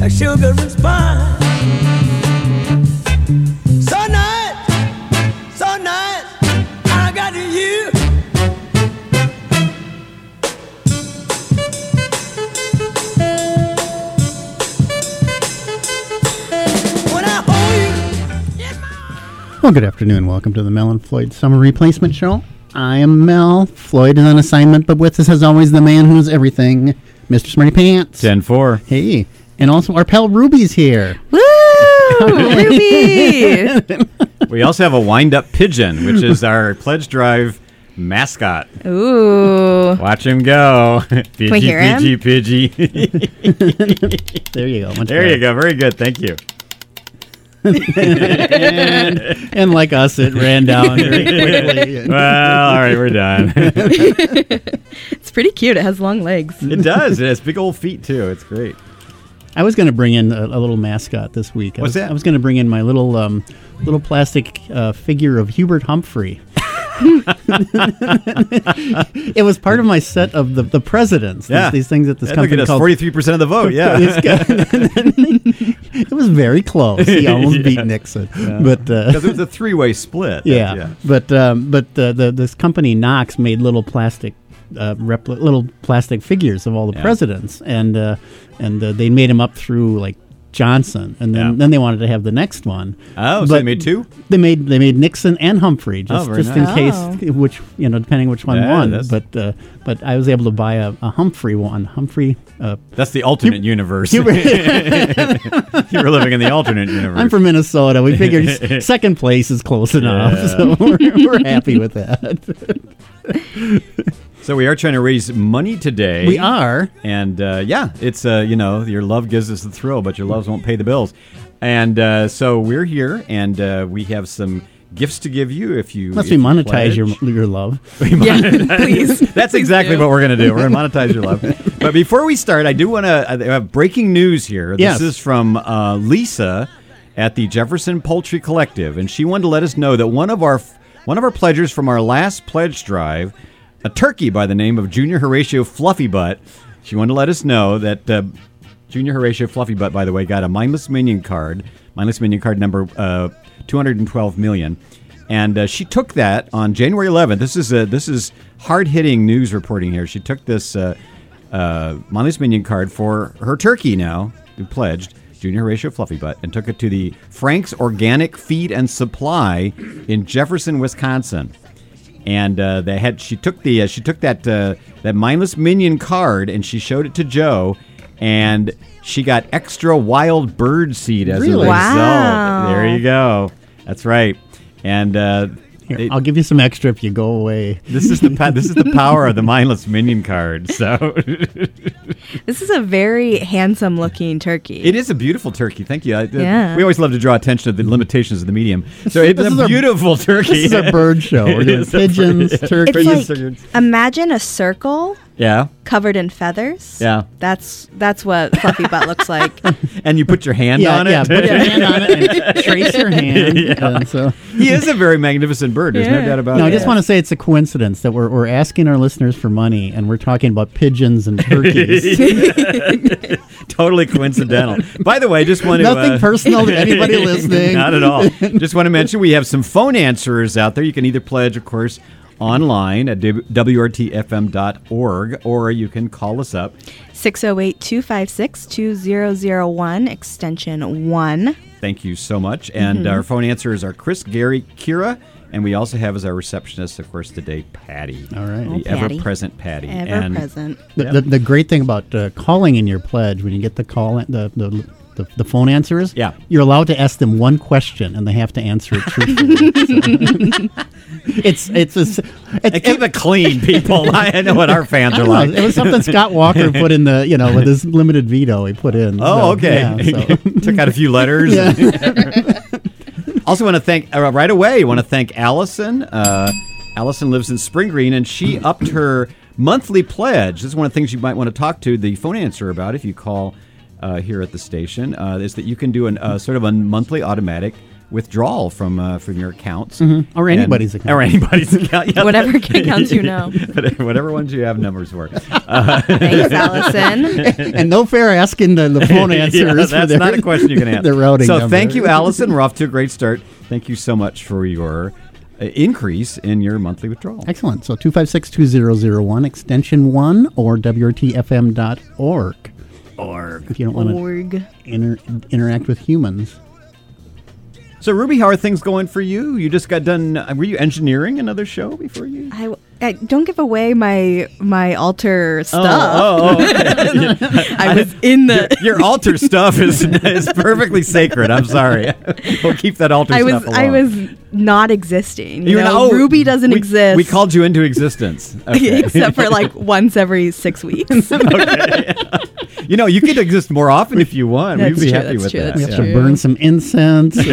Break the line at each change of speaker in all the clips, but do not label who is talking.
like sugar and spice. So nice, so nice, I got you. When I hold you in my
Well, good afternoon. Welcome to the Mel and Floyd Summer Replacement Show. I am Mel. Floyd is on assignment, but with us, as always, the man who's everything, Mr. Smarty Pants.
10 4.
Hey, and also our pal Ruby's here.
Woo! Ruby!
We also have a wind up pigeon, which is our pledge drive mascot.
Ooh.
Watch him go. Pidgey,
we hear him?
pidgey, pidgey.
There you go. Much
there you go. Very good. Thank you.
better. And like us, it ran down very quickly.
Well, all right, we're done. it
It's pretty cute. It has long legs.
does. It has big old feet, too. It's great.
I was going to bring in a, a little mascot this week. I was,
What's that?
I was going to bring in my little um, little plastic uh, figure of Hubert Humphrey. it was part of my set of the, the presidents.
Yeah.
These, these things that this
Yeah, look at
company
us.
called
43% of the vote. Yeah.
This guy- it was very close. He almost beat Nixon, but uh,
Because it was a three way split.
yeah, but um, but uh, the this company Knox made little plastic. Uh, repli- little plastic figures of all the
Yeah.
presidents, and uh, and uh, they made them up through like Johnson, and then,
Yeah.
then they wanted to have the next one.
Oh, so they made two?
They made they made Nixon and Humphrey just,
Oh, very
just
nice.
in case which you know depending which one
Yeah,
won.
that's-
But uh, but I was able to buy a, a Humphrey one, Humphrey uh,
That's the alternate universe. you were living in the alternate universe.
I'm from Minnesota. We figured s- second place is close enough,
Yeah.
so we're, we're happy with that.
so we are trying to raise money today.
We are.
And uh, yeah, it's uh, you know your love gives us the thrill, but your loves won't pay the bills. And uh, so we're here, and uh, we have some gifts to give you if you
Unless
if
we
you
monetize
pledge.
your your love.
Yeah, please.
That's exactly what we're going to do. We're going to monetize your love. But before we start, I do want to I have breaking news here. This
Yes.
is from uh, Lisa at the Jefferson Poultry Collective, and she wanted to let us know that one of our one of our pledgers from our last pledge drive, a turkey by the name of Junior Horatio Fluffy Butt, she wanted to let us know that. Uh, Junior Horatio Fluffy Butt, by the way, got a mindless minion card, mindless minion card number uh, 212 million, and uh, she took that on January 11th. This is a, this is hard hitting news reporting here. She took this uh, uh, mindless minion card for her turkey now, who pledged Junior Horatio Fluffy Butt, and took it to the Frank's Organic Feed and Supply in Jefferson, Wisconsin and uh, they had she took the uh, she took that uh, that mindless minion card and she showed it to Joe, and she got extra wild bird seed as a
Really?
result.
Wow.
There you go. That's right. And uh,
Here,
it-
I'll give you some extra if you go away.
this is the pa- this is the power of the mindless minion card. So
This is a very handsome looking turkey.
it is a beautiful turkey. Thank you. I, uh,
Yeah.
We always love to draw attention to the limitations of the medium. So it's
This is
a
our-
beautiful turkey.
This is a bird show. We're
It
doing
is a bird-
pigeons,
It's
turkeys.
like imagine a circle
yeah.
covered in feathers.
Yeah.
That's that's what fluffy butt looks like.
And you put your hand
yeah,
on
yeah.
it.
Put your hand on it and trace your hand. and so.
he is a very magnificent bird. There's no
Yeah.
doubt about
No,
it.
I just
Oh, yeah.
want to say it's a coincidence that we're, we're asking our listeners for money and we're talking about pigeons and turkeys.
totally coincidental. By the way, just want to
Nothing
uh,
personal to anybody listening.
Not at all. Just want to mention we have some phone answerers out there. You can either pledge, of course, online at w- wrtfm.org or you can call us up.
608-256-2001 extension 1.
Thank you so much. And
Mm-hmm.
our phone answerers are Chris, Gary, Kira, and we also have as our receptionist, of course, today, Patty.
All right.
The
Oh, Patty.
ever present Patty.
Ever
And
present.
The, the, the great thing about uh, calling in your pledge when you get the call the the, the, the phone answers
Yeah.
you're allowed to ask them one question and they have to answer it truthfully So- it's it's, a s-
And
it's
keep it clean, people. I know what our fans
I
are
don't know,
like.
it was something Scott Walker put in the you know with his limited veto he put in So,
Oh, okay.
yeah, so-
Took out a few letters.
Yeah.
also, want to thank uh, right away. Want to thank Allison. Uh, Allison lives in Spring Green, and she upped her monthly pledge. This is one of the things you might want to talk to the phone answer about if you call uh, here at the station. Uh, is that you can do an uh, sort of a monthly automatic withdrawal from uh, from your accounts
Mm-hmm. Or
And-
anybody's account.
or anybody's account. yeah.
Whatever accounts you know.
whatever ones you have numbers for.
Thanks, Allison.
and no fair asking the, the phone
Yeah,
answers. for
that's
their-
not a question you can answer.
their routing
So
number.
thank you, Allison. We're off to a great start. Thank you so much for your uh, increase in your monthly withdrawal.
Excellent. So 256 2001, extension 1, or WRTFM.org. Org. If you don't want
Org.
to inter- interact with humans.
So Ruby, how are things going for you? You just got done. uh, Were you engineering another show before you?
I, I don't give away my my altar stuff.
Oh, oh, okay.
I was in the.
your altar stuff is is perfectly sacred. I'm sorry. we'll keep that altar
I
stuff alone.
was I was not existing. You
You're
know,
not- oh,
Ruby doesn't
we-
exist.
We called you into existence. Okay.
except for like once every six weeks.
you know, you could exist more often if you want.
That's
We'd be
true,
happy
that's
with
true,
that.
We
that's
have
true.
to burn some incense. and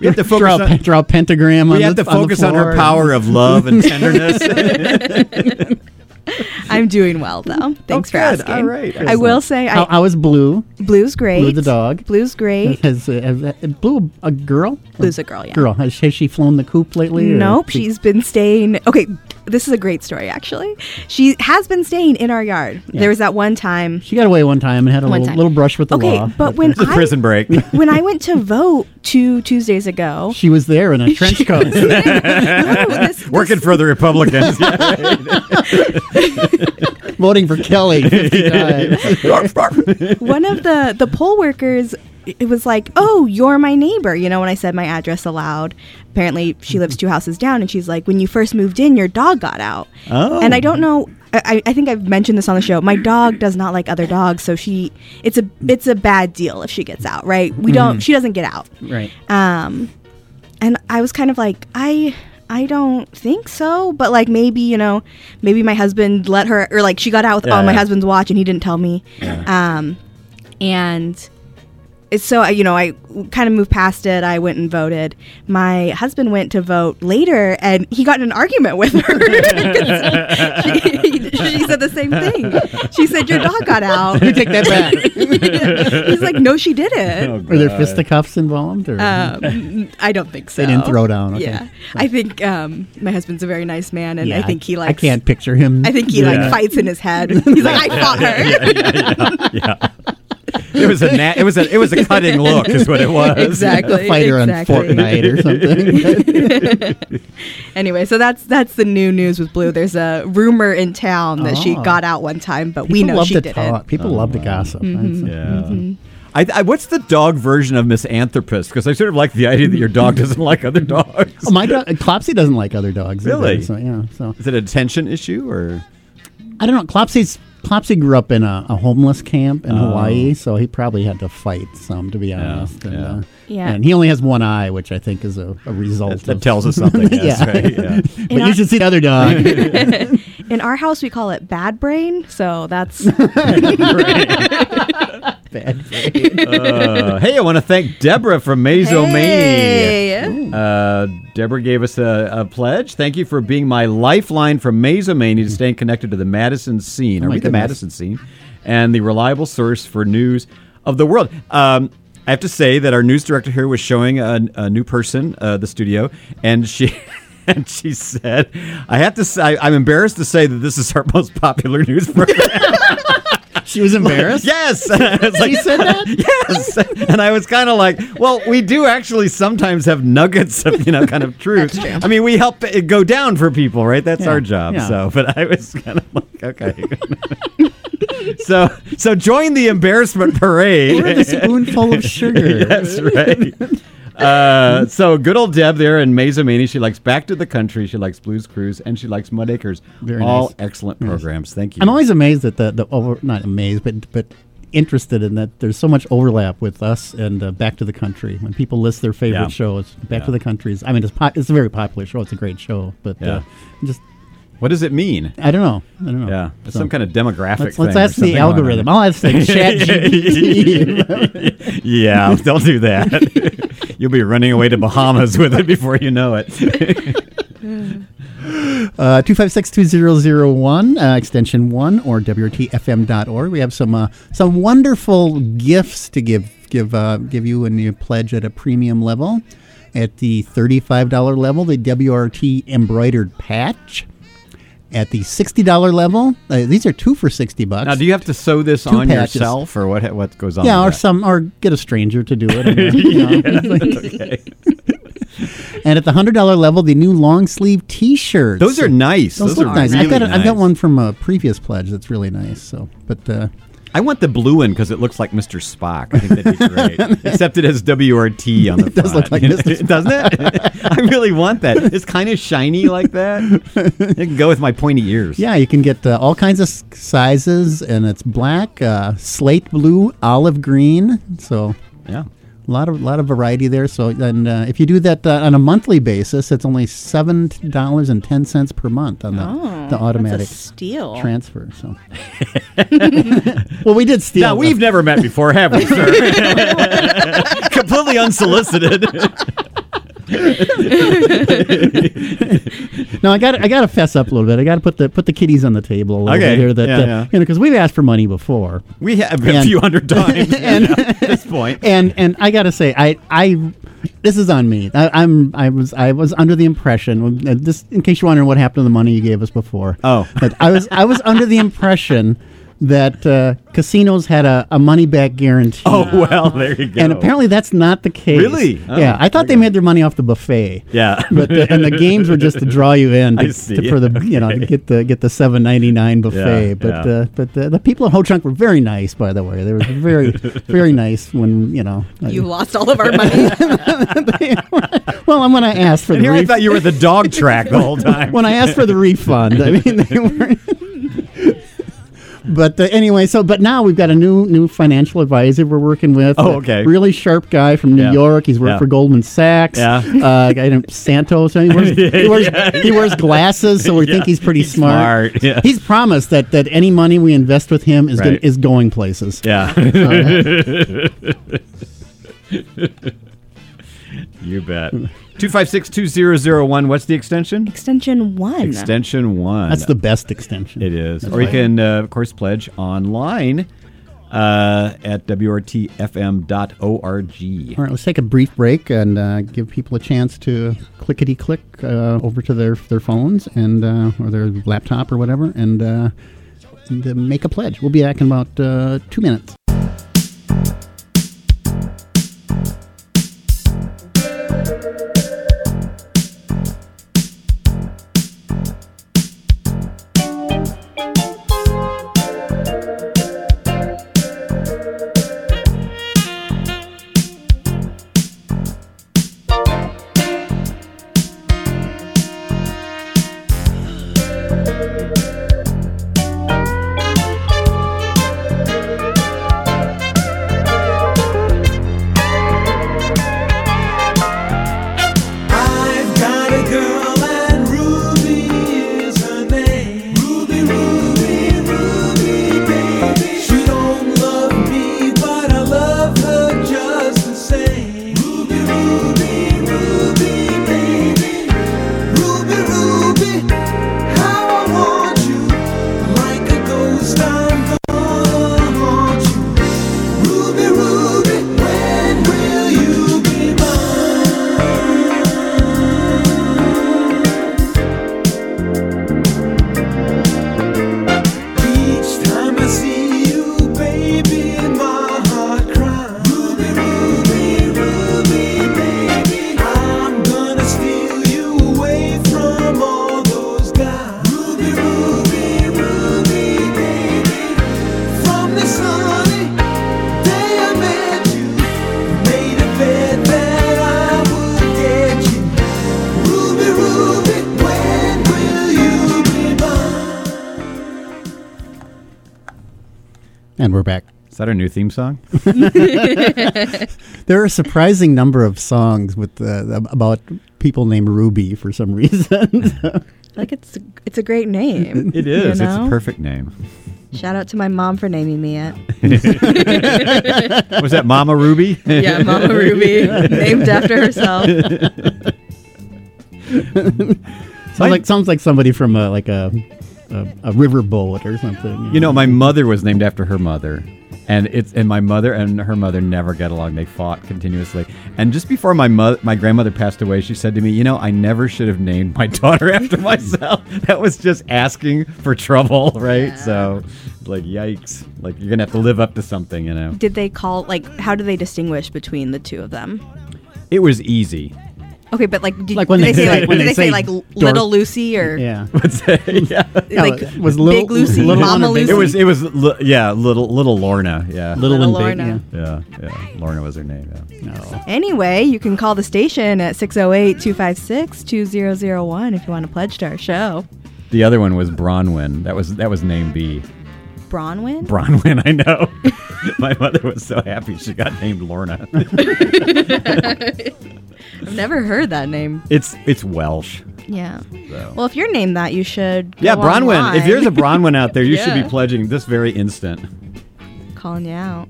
We have
draw,
to focus
a, pe-
on,
draw a pentagram on
we
the,
have to
on the
focus on our
floor.
power of love and tenderness.
I'm doing well though. Thanks for
good.
asking.
All right.
I will say
How,
I,
how is Blue?
blue's great.
Blue the dog.
Blue's great.
Has, uh, has, uh, Blue a girl?
Blue's a girl, yeah.
Girl. Has, has she flown the coop lately? or-
Nope, she's been staying. Okay, this is a great story actually. She has been staying in our yard. There was that one time.
She got away one time and had a
One
little,
time.
little brush with the
okay,
law.
but when
It's a
I
prison break.
when I went to vote two Tuesdays ago,
she was there in a trench coat.
no, this-
Working for the Republicans.
voting for Kelly. 50 times.
one of the the poll workers it was like oh you're my neighbor you know when i said my address aloud apparently she lives two houses down and she's like when you first moved in your dog got out
Oh.
and i don't know I, I I think I've mentioned this on the show. My dog does not like other dogs, so she it's a it's a bad deal if she gets out, right? We don't she doesn't get out.
right.
Um and I was kind of like, I I don't think so, but like maybe, you know, maybe my husband let her or like she got out with
Yeah,
on my
yeah.
husband's watch and he didn't tell me. Um and it's so I- you know, I kind of moved past it. I went and voted. My husband went to vote later, and he got in an argument with her. 'Cause she, she said the same thing. She said, "Your dog got out."
You take that back.
He's like, "No, she didn't."
Oh,
Were
Uh,
there fisticuffs involved? Or?
Um, I don't think so.
didn't throw down, okay.
Yeah, I think um, my husband's a very nice man, and I think he likes.
I can't picture him.
I think he like fights in his head. He's like, I fought her.
It was a na- it was a it was a cutting look is what it was.
Exactly.
a fighter
exactly.
on Fortnite or something.
Anyway, so that's that's the new news with Blue. There's a rumor in town that she
Oh.
got out one time, but we
People
know
love
she Mm-hmm.
to
didn't.
talk. People love to gossip. That's-
Yeah. I, I, what's the dog version of misanthropist? Because I sort of like the idea that your dog doesn't like other dogs.
Oh, my dog, Clopsy doesn't like other dogs. either,
Really?
so yeah. So
Is it a tension issue or?
I don't know. Clopsy's Clopsy grew up in a, a homeless camp in Hawaii, so he probably had to fight some, to be honest. and,
Oh. yeah.
uh,
Yeah.
and he only has one eye, which I think is a, a result.
That
of,
tells us something. Yes,
Yeah.
right? yeah.
But you
our-
should see the other dog.
In our house, we call it bad brain. So that's
Bad for
Uh, hey, I want to thank Deborah from Mazomania.
hey.
Uh, Deborah gave us a, a pledge. Thank you for being my lifeline from Mazomania to staying connected to the Madison scene. Are
Oh my
we the
goodness.
Madison scene? And the reliable source for news of the world. Um, I have to say that our news director here was showing a, a new person uh, the studio, and she. And she said, "I have to say, I'm embarrassed to say that this is our most popular news program."
She was embarrassed.
yes, It's like-
She said that.
yes. And I was kind of like, well, we do actually sometimes have nuggets of, you know, kind of truth.
That's true.
I mean, we help it go down for people, right? That's
Yeah,
our job.
yeah.
So, but I was kind of like, okay. so, so join the embarrassment parade.
Pour the spoonful of sugar.
That's right. Uh, so good old Deb there in Mazamini. She likes Back to the Country. She likes Blues Cruise, and she likes Mud Acres.
Very
All
nice.
excellent programs. Thank you.
I'm always amazed at the the over not amazed, but but interested in that there's so much overlap with us and uh, Back to the Country. When people list their favorite
Yeah.
shows, Back
Yeah.
to the Country is I mean it's po- it's a very popular show. It's a great show, but
Yeah.
uh, just
what does it mean?
I don't know. I don't know.
Yeah, it's
So,
some kind of demographic.
Let's,
thing
let's
or
ask
something
the
going on.
algorithm. I'll ask the chat GPT.
yeah, don't do that. You'll be running away to Bahamas with it before you know it.
Uh, 256-2001, uh, extension 1, or WRTFM.org. We have some uh, some wonderful gifts to give give uh, give you when you pledge at a premium level. At the $35 level, the WRT embroidered patch. At the $60 level, uh, these are two for 60 bucks.
Now, do you have to sew this on
patches.
yourself, or what? What goes on?
yeah, or
with that?
some, or get a stranger to do it. I mean, you know, it's like- And at the hundred dollar level, the new long sleeve T-shirts.
Those are nice.
Those,
Those,
look
are
nice.
Really
I've got a,
nice.
have got one from a previous pledge that's really nice. So, but uh,
I want the blue one because it looks like Mr. Spock. I think that'd be great. Except it has WRT on the
It does look
front.
like Mr.
doesn't it? I really want that. It's kind of shiny like that. It can go with my pointy ears.
yeah, you can get uh, all kinds of s- sizes, and it's black, uh, slate blue, olive green. So.
Yeah.
A lot of lot of variety there. So, and uh, if you do that uh, on a monthly basis, it's only seven dollars and ten cents per month on the, the automatic
Oh, That's a steal.
transfer. So, well, we did steal.
Now,
the-
we've never met before, have we, sir? Completely unsolicited.
No, I got I got to fess up a little bit. I got to put the put the kiddies on the table a little
Okay.
bit here. That
Yeah,
uh,
yeah.
you know, because we've asked for money before,
We have a
And-
few hundred times yeah, at this point.
and and I got to say, I I this is on me. I, I'm I was I was under the impression. uh, Just in case you're wondering what happened to the money you gave us before.
Oh.
but I was I was under the impression that uh, casinos had a, a money back guarantee.
Oh, well, there you go.
And apparently that's not the case.
Really? Oh,
yeah, I thought
okay.
they made their money off the buffet.
Yeah.
but the, and the games were just to draw you in
I
to,
see.
to- for the you know to get the get the seven ninety nine buffet.
Yeah,
but
yeah.
Uh, but the, the people at Ho Chunk were very nice, by the way. They were very very nice when you know. I-
You lost all of our money.
well, and when I asked for
And
the
here I
ref-
thought you were at the dog track the whole time.
when I asked for the refund, I mean they were. But uh, anyway, so but now we've got a new new financial advisor we're working with.
Oh,
a
okay.
really sharp guy from New
Yeah.
York. He's worked
Yeah.
for Goldman Sachs.
Yeah.
uh, a guy named Santos. He wears, he wears, he wears glasses, so we think he's pretty
He's
smart.
smart, yeah.
He's promised that that any money we invest with him is gonna,
Right.
is going places.
Yeah. you bet. 256 2001. What's the extension?
Extension one.
Extension 1.
That's the best extension.
It is.
That's
or you
right.
can, uh, of course, pledge online uh, at wrtfm.org.
All right, let's take a brief break and uh, give people a chance to clickety click uh, over to their their phones and uh, or their laptop or whatever, and, uh, and uh, make a pledge. We'll be back in about uh, two minutes.
I've got a girl and Ruby is her name. Ruby, Ruby, Ruby, baby. She don't love me, but I love her just the same. Ruby, Ruby, Ruby, baby. Ruby, Ruby, how I want you. Like a ghost, I'm gonna haunt you. Ruby, Ruby, when will you be mine? Each time I see you, baby, my heart cries. Ruby, Ruby, Ruby, baby, I'm gonna steal you away from all those guys. Ruby, Ruby, Ruby, baby, from the sunny day I met you, made a bet that I would get you. Ruby, Ruby, when will you be mine?
And we're back.
Is that our new theme song?
There are a surprising number of songs with uh, about people named Ruby for some reason.
Like it's it's a great name.
It
you
is. It's a
know?
perfect name.
Shout out to my mom for naming me it.
Was that Mama Ruby?
Yeah, Mama Ruby, named after herself.
Sounds like sounds like somebody from a, like a a, a river bullet or something.
You know, my mother was named after her mother. And it's and my mother and her mother never got along. They fought continuously. And just before my mother, my grandmother passed away, she said to me, "You know, I never should have named my daughter after myself. That was just asking for trouble, right? So, like, yikes! Like, you're gonna have to live up to something, you know."
Did they call like how do they distinguish between the two of them?
It was easy.
Okay, but like did,
Like when
did
they
they,
say-
say like
when
did
they
they say
say
like
dork-
little Lucy or
yeah.
Let's say, yeah.
like
Yeah, was little-
Big Lucy,
little one
Mama
or big-
Lucy?
It was it was li- yeah, little little Lorna, yeah.
Little,
Little
and big.
Lorna.
Yeah, yeah. Lorna was her name. Yeah.
Yeah. No.
Anyway, you can call the station at 608 256 2001 if you want to pledge to our show.
The other one was Bronwyn. That was that was name B.
Bronwyn?
Bronwyn, I know. My mother was so happy she got named Lorna.
I've never heard that name.
It's it's Welsh.
Yeah.
So.
Well, if you're named that, you should.
yeah,
go
Bronwyn. If
online.
there's a Bronwyn out there, you should be
Yeah.
pledging this very instant.
calling you out.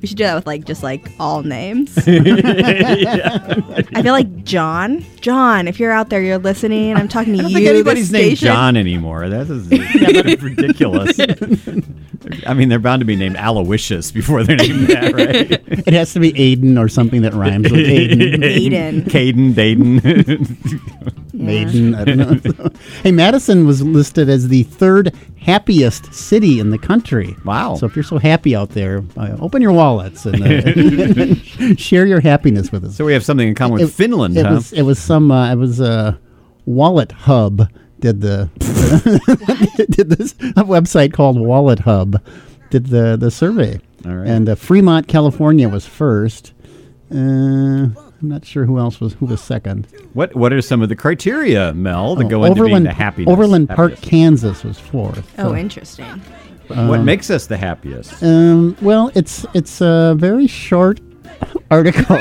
We should do that with like just like all names. I feel like John. John, if you're out there, you're listening. I'm talking to
I don't
you.
think
the
anybody's named
station.
John anymore. That is ridiculous. I mean, they're bound to be named Aloysius before they're named that, right?
It has to be Aiden or something that rhymes with Aiden.
Aiden.
Caden, Dayton.
Yeah.
Maiden. I don't know. hey, Madison was listed as the third happiest city in the country.
Wow.
So if you're so happy out there, uh, open your wallets and, uh, and share your happiness with us.
so we have something in common with
It-
Finland,
It
huh?
was it was some uh, it was a Wallet Hub did the did this a website called Wallet Hub did the the survey.
All right.
And uh, Fremont, California was first. Uh, I'm not sure who else was who was second.
What What are some of the criteria, Mel, that
Oh,
go into being the happiness?
Overland Park,
happiest?
Kansas was fourth.
Oh,
So,
interesting.
what makes us the happiest?
um, well, it's it's a very short article,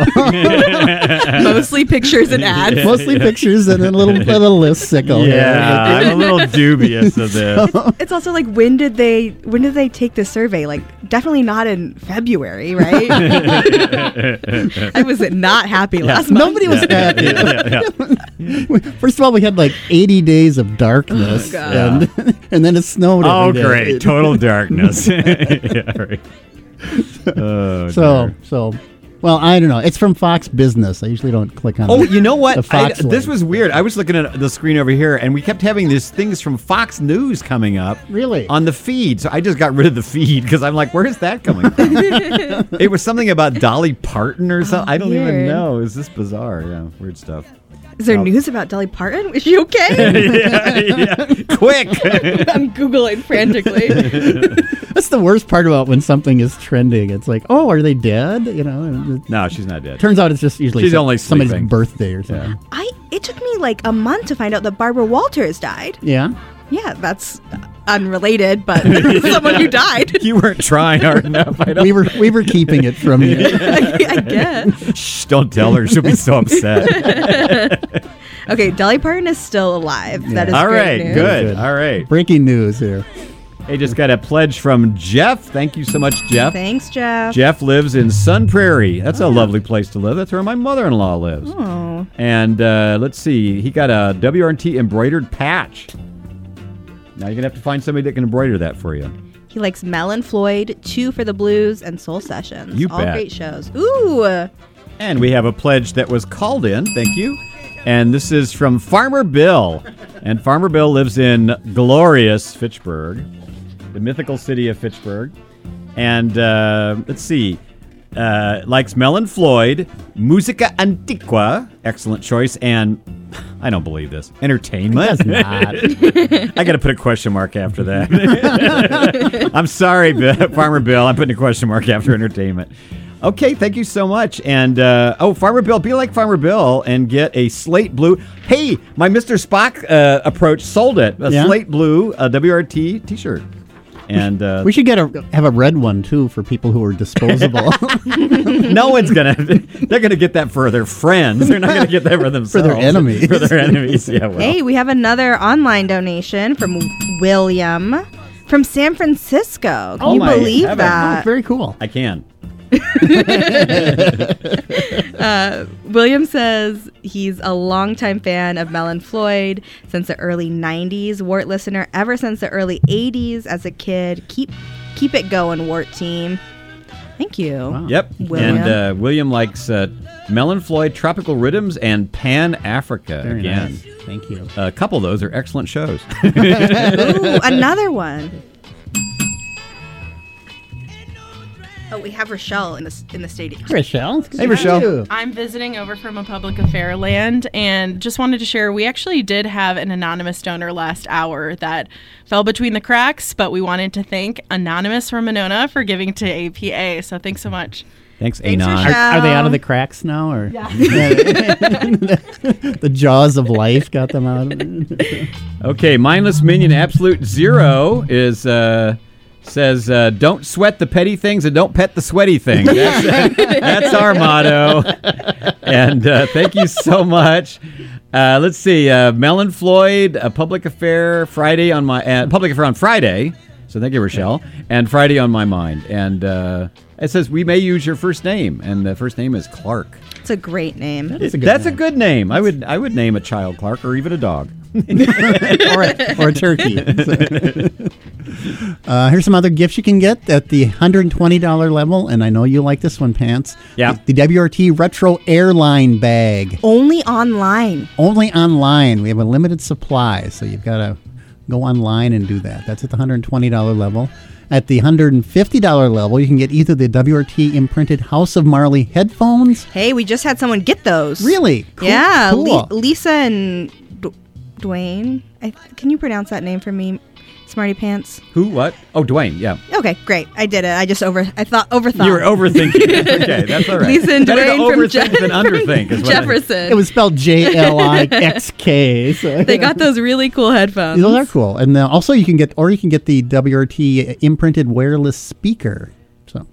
Mostly pictures and ads.
mostly pictures and a little a little list sickle. here.
I'm a little dubious of this.
It's also like when did they when did they take the survey? Like definitely not in February, right? I was not happy last month.
Nobody was happy. We- First of all, we had like 80 days of darkness,
God.
and, and then it snowed.
Oh,
every day.
great. Total darkness. yeah, right. Oh,
So,
dear.
so, well, I don't know. It's from Fox Business. I usually don't click on.
Oh,
the-
you know what?
The
I-
Fox
this
link.
was weird. I was looking at the screen over here, and we kept having these things from Fox News coming up.
Really?
On the feed. So I just got rid of the feed because I'm like, where is that coming from? it was something about Dolly Parton or something. I don't even
weird.
know. Is this bizarre? Yeah, weird stuff.
Is there news about Dolly Parton? Is she okay?
yeah, yeah. Quick.
I'm googling frantically.
That's the worst part about when something is trending. It's like, oh, are they dead? You know. and it-
no, she's not dead.
Turns out it's just usually
She's only
somebody's
sleeping.
birthday or
Yeah.
something.
I it took me like a month to find out that Barbara Walters died.
Yeah.
Yeah, that's unrelated, but someone who died.
You weren't trying hard enough. I don't
We were we were keeping it from you.
I guess.
Shh, don't tell her. She'll be so upset.
Okay, Dolly Parton is still alive. That is
All
great
right,
news.
good.
Good.
All right.
Breaking news here.
Hey, just got a pledge from Jeff. Thank you so much, Jeff.
Thanks, Jeff.
Jeff lives in Sun Prairie. That's a lovely place to live. That's where my mother in law lives.
Oh,
And uh, let's see, he got a WRT embroidered patch. Now you're going to have to find somebody that can embroider that for you.
he likes Mel and Floyd, Two for the Blues, and Soul Sessions.
You
All
bet.
great shows. Ooh,
And we have a pledge that was called in. Thank you. And this is from Farmer Bill. And Farmer Bill lives in glorious Fitchburg, the mythical city of Fitchburg. And uh, let's see, uh, likes Melon Floyd, Musica Antiqua, excellent choice, and I don't believe this, entertainment.
That's not.
I got to put a question mark after that. I'm sorry, Bill, Farmer Bill. I'm putting a question mark after entertainment. Okay, thank you so much. And uh, oh, Farmer Bill, be like Farmer Bill and get a slate blue. Hey, my Mr. Spock uh, approach sold it. A
Yeah?
slate blue uh, WRT T-shirt. And uh,
We should get a have a red one too for people who are disposable
no one's gonna. They're gonna get that for their friends. They're not gonna get that for themselves.
enemies.
For their enemies. Yeah. Well.
hey, we have another online donation from William from San Francisco. Can
Oh
you
my
believe
heaven.
Oh,
that?
very cool.
I can.
William says he's a longtime fan of Mel and Floyd since the early 90s. Wart listener ever since the early 80s as a kid. Keep keep it going, Wart team. Thank you.
Yep.
William.
And uh, William likes uh, Melon Floyd, Tropical Rhythms, and Pan Africa
Very
again.
nice. Thank you.
A couple of those are excellent shows.
Ooh, another one. Oh, we have Rochelle in the s- in the stadium.
Rochelle.
Hey, Rochelle.
I'm visiting over from a public affair land and just wanted to share we actually did have an anonymous donor last hour that fell between the cracks, but we wanted to thank Anonymous from Monona for giving to APA. So thanks so much.
Thanks,
Thanks,
Anon.
Are,
Rochelle.
are they out of the cracks now, or the jaws of life got them out?
Okay, mindless minion absolute zero is uh, says uh, don't sweat the petty things and don't pet the sweaty things. That's, that's our motto. And uh, thank you so much. Uh, let's see, uh, Melon Floyd, a public affair Friday on my uh, public affair on Friday. So thank you, Rochelle, and Friday on my mind. And uh, it says we may use your first name, and the first name is Clark.
It's a great name.
That's a good
That's a
name.
good name. I would I would name a child Clark or even a dog.
or, a, or a turkey. uh, here's some other gifts you can get at the $120 level, and I know you like this one, Pants.
Yeah.
The, the WRT Retro Airline Bag,
Only online.
only online. We have a limited supply, so you've got to go online and do that. That's at the $120 level. At the $150 level, you can get either the WRT imprinted House of Marley headphones.
Hey, we just had someone get those.
Really? Cool-
yeah,
Cool.
Li- Lisa and D- Dwayne. I, can you pronounce that name for me, Smarty Pants?
Who? What? Oh, Dwayne. Yeah.
Okay, great. I did it. I just over. I thought overthought.
You were overthinking. okay, that's all right.
Lisa and
Better to
Dwayne from
overthink
Je-
than underthink. Is what I-
Jefferson.
it was spelled J L I X K. so-
they got those really cool headphones.
Those are cool, and uh, also you can get, or you can get the WRT imprinted wireless speaker. So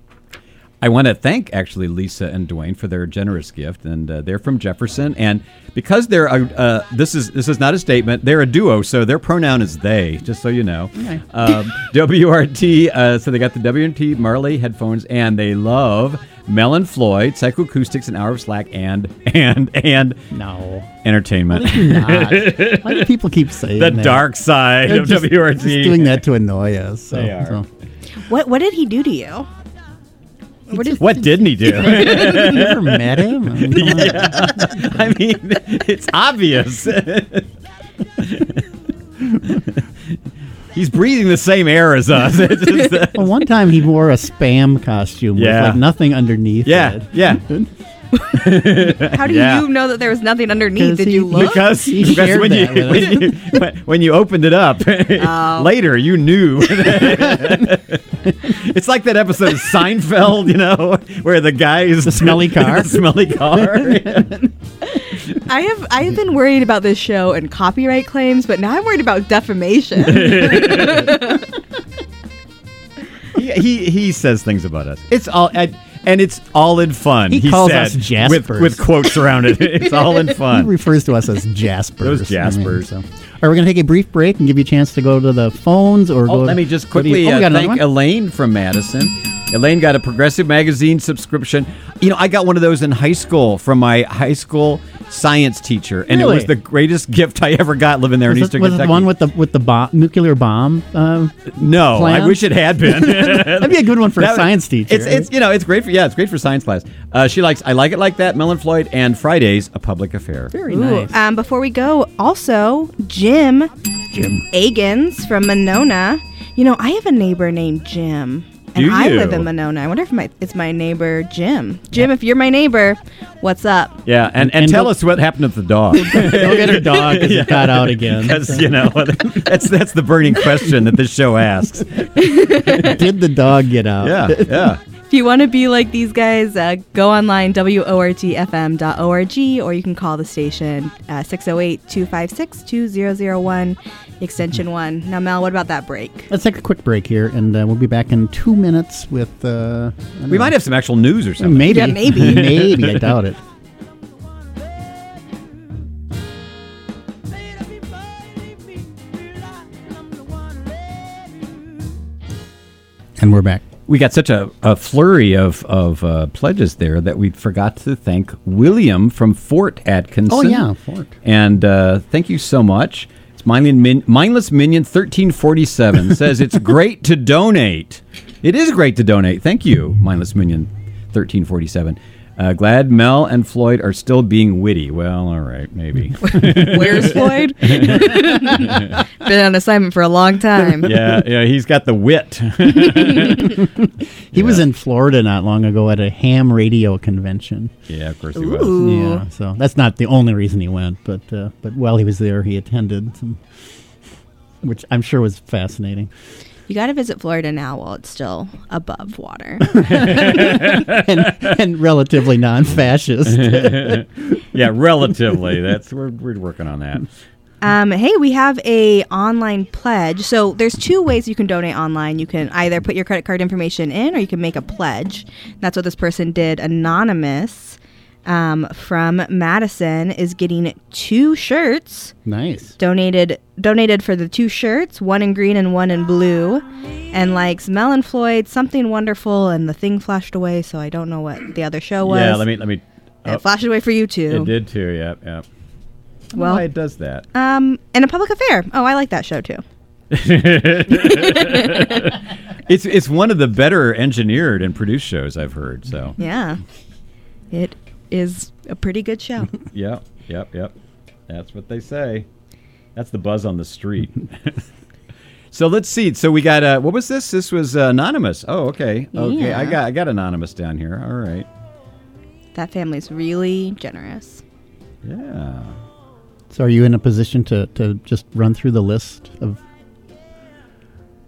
I want to thank actually Lisa and Dwayne for their generous gift, and uh, they're from Jefferson, and because they're a, uh, this is this is not a statement. They're a duo, so their pronoun is they. Just so you know, um, WRT. Uh, so they got the WRT Marley headphones, and they love Melon Floyd, Psychoacoustics, an hour of slack, and and and
no,
entertainment.
not. Why do people keep saying
the
that?
dark side
They're
of
just-
WRT.
just doing that to annoy us. So,
They are.
so.
What What did he do to you? What did
What didn't he do?
You never met him. I mean, come on.
I mean, it's obvious. He's breathing the same air as us. It's just, uh,
Well, one time he wore a spam costume
Yeah.
with like nothing underneath.
yeah,
it.
yeah.
How do
Yeah.
you know that there was nothing
'Cause
underneath? Did
he-
you look?
Because,
He
because
shared
when, you,
that with Oh.
when, you, when- when you opened it up later, you knew. it's like that episode of Seinfeld, you know, where the guy is the
smelly car.
the smelly car.
I have I have been worried about this show and copyright claims, but now I'm worried about defamation.
he, he he says things about us. It's all and, and it's all in fun.
He calls
said,
us Jaspers.
with, with quotes around it. It's all in
He
fun.
refers to us as Jaspers.
Those
I mean,
Jaspers.
so. All right, we're going to take a brief break and give you a chance to go to the phones or
Oh,
go.
let me just
go to-
quickly
oh, we
uh,
got another one?
thank Elaine from Madison. Elaine got a Progressive Magazine subscription. You know, I got one of those in high school from my high school science teacher, and it
Really?
was the greatest gift I ever got living there in
Was it,
Eastern
was it
Kentucky.
the one with the with the bomb, nuclear bomb? Um,
no, I
plan?
wish it had been.
that'd be a good one for a
That-
science teacher.
It's, it's you know it's great for yeah it's great for science class. Uh, she likes I like it like that. Melon Floyd and Fridays a public affair.
very
Ooh,
nice.
um, before we go, also Jim
Jim.
Agins from Monona. You know, I have a neighbor named Jim. And
Do
I
you?
live in Monona. I wonder if my it's my neighbor Jim. Jim, if you're my neighbor, what's up?
Yeah, and, and,
And
tell
the-
us what happened to the dog.
Go get her dog because it got out again.
Because you know that's that's the burning question that this show asks.
Did the dog get out?
Yeah, yeah.
If you want to be like these guys, uh, go online, wortfm.org, or you can call the station, uh, 608 256 2001,
Mm-hmm.
extension 1. Now, Mel, what about that break?
Let's take a quick break here, and uh, we'll be back in two minutes with. Uh, I don't
We
know.
might have some actual news or something.
Maybe.
Yeah, maybe.
maybe. I doubt it. And we're back.
we got such a, a flurry of, of uh, pledges there that we forgot to thank William from Fort Atkinson.
Oh, yeah, Fort.
And uh, thank you so much. It's Mindless, Min- Mindless Minion 1347 says it's great to donate. It is great to donate. Thank you, Mindless Minion 1347. Uh, glad Mel and Floyd are still being witty. Well, all right, maybe.
Where's Floyd? Been on assignment for a long time.
yeah, yeah, he's got the wit.
He was in Florida not long ago at a ham radio convention.
yeah, of course he was.
Ooh.
Yeah, so that's not the only reason he went, but uh, but while he was there, he attended some, which I'm sure was fascinating.
You got to visit Florida now while it's still above water.
and relatively non-fascist.
yeah, relatively. That's we're we're working on that.
Um, hey, we have a online pledge. So there's two ways you can donate online. You can either put your credit card information in, or you can make a pledge. That's what this person did. Anonymous um, from Madison is getting two shirts
nice.
donated donated for the two shirts, one in green and one in blue, and likes Mel and Floyd, something wonderful, and the thing flashed away. So I don't know what the other show was.
Yeah, let me let me.
It
Oh,
flashed away for you
it
too.
did too. Yeah, yeah.
Well,
Why it does that?
um, and a public affair. Oh, I like that show too.
It's it's one of the better engineered and produced shows I've heard. So
Yeah. It is a pretty good show.
yep, yep, yep. That's what they say. That's the buzz on the street. so let's see. So we got uh, what was this? This was uh, anonymous. Oh, okay, okay. I
Yeah.
got I got anonymous down here. All right.
that family's really generous.
Yeah.
So, are you in a position to, to just run through the list of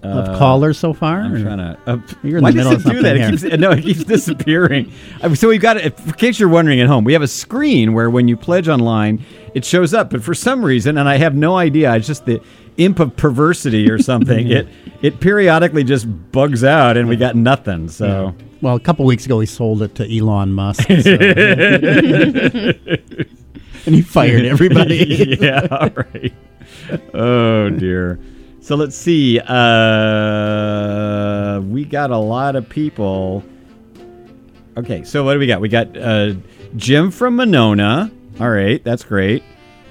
of callers so far?
Uh, I'm
or-
trying to. Uh,
You're in
why
the middle
does
of
it do that? It keeps,
something
no, it keeps disappearing. Uh, so we've got, it- in case you're wondering at home, we have a screen where when you pledge online, it shows up. But for some reason, and I have no idea, it's just the imp of perversity or something. It it periodically just bugs out, and we got nothing. So
Well, a couple weeks ago, he sold it to Elon Musk, so- and he fired everybody.
yeah, all right. Oh dear. So let's see. Uh, we got a lot of people. Okay, so what do we got? We got uh, Jim from Monona. All right, that's great.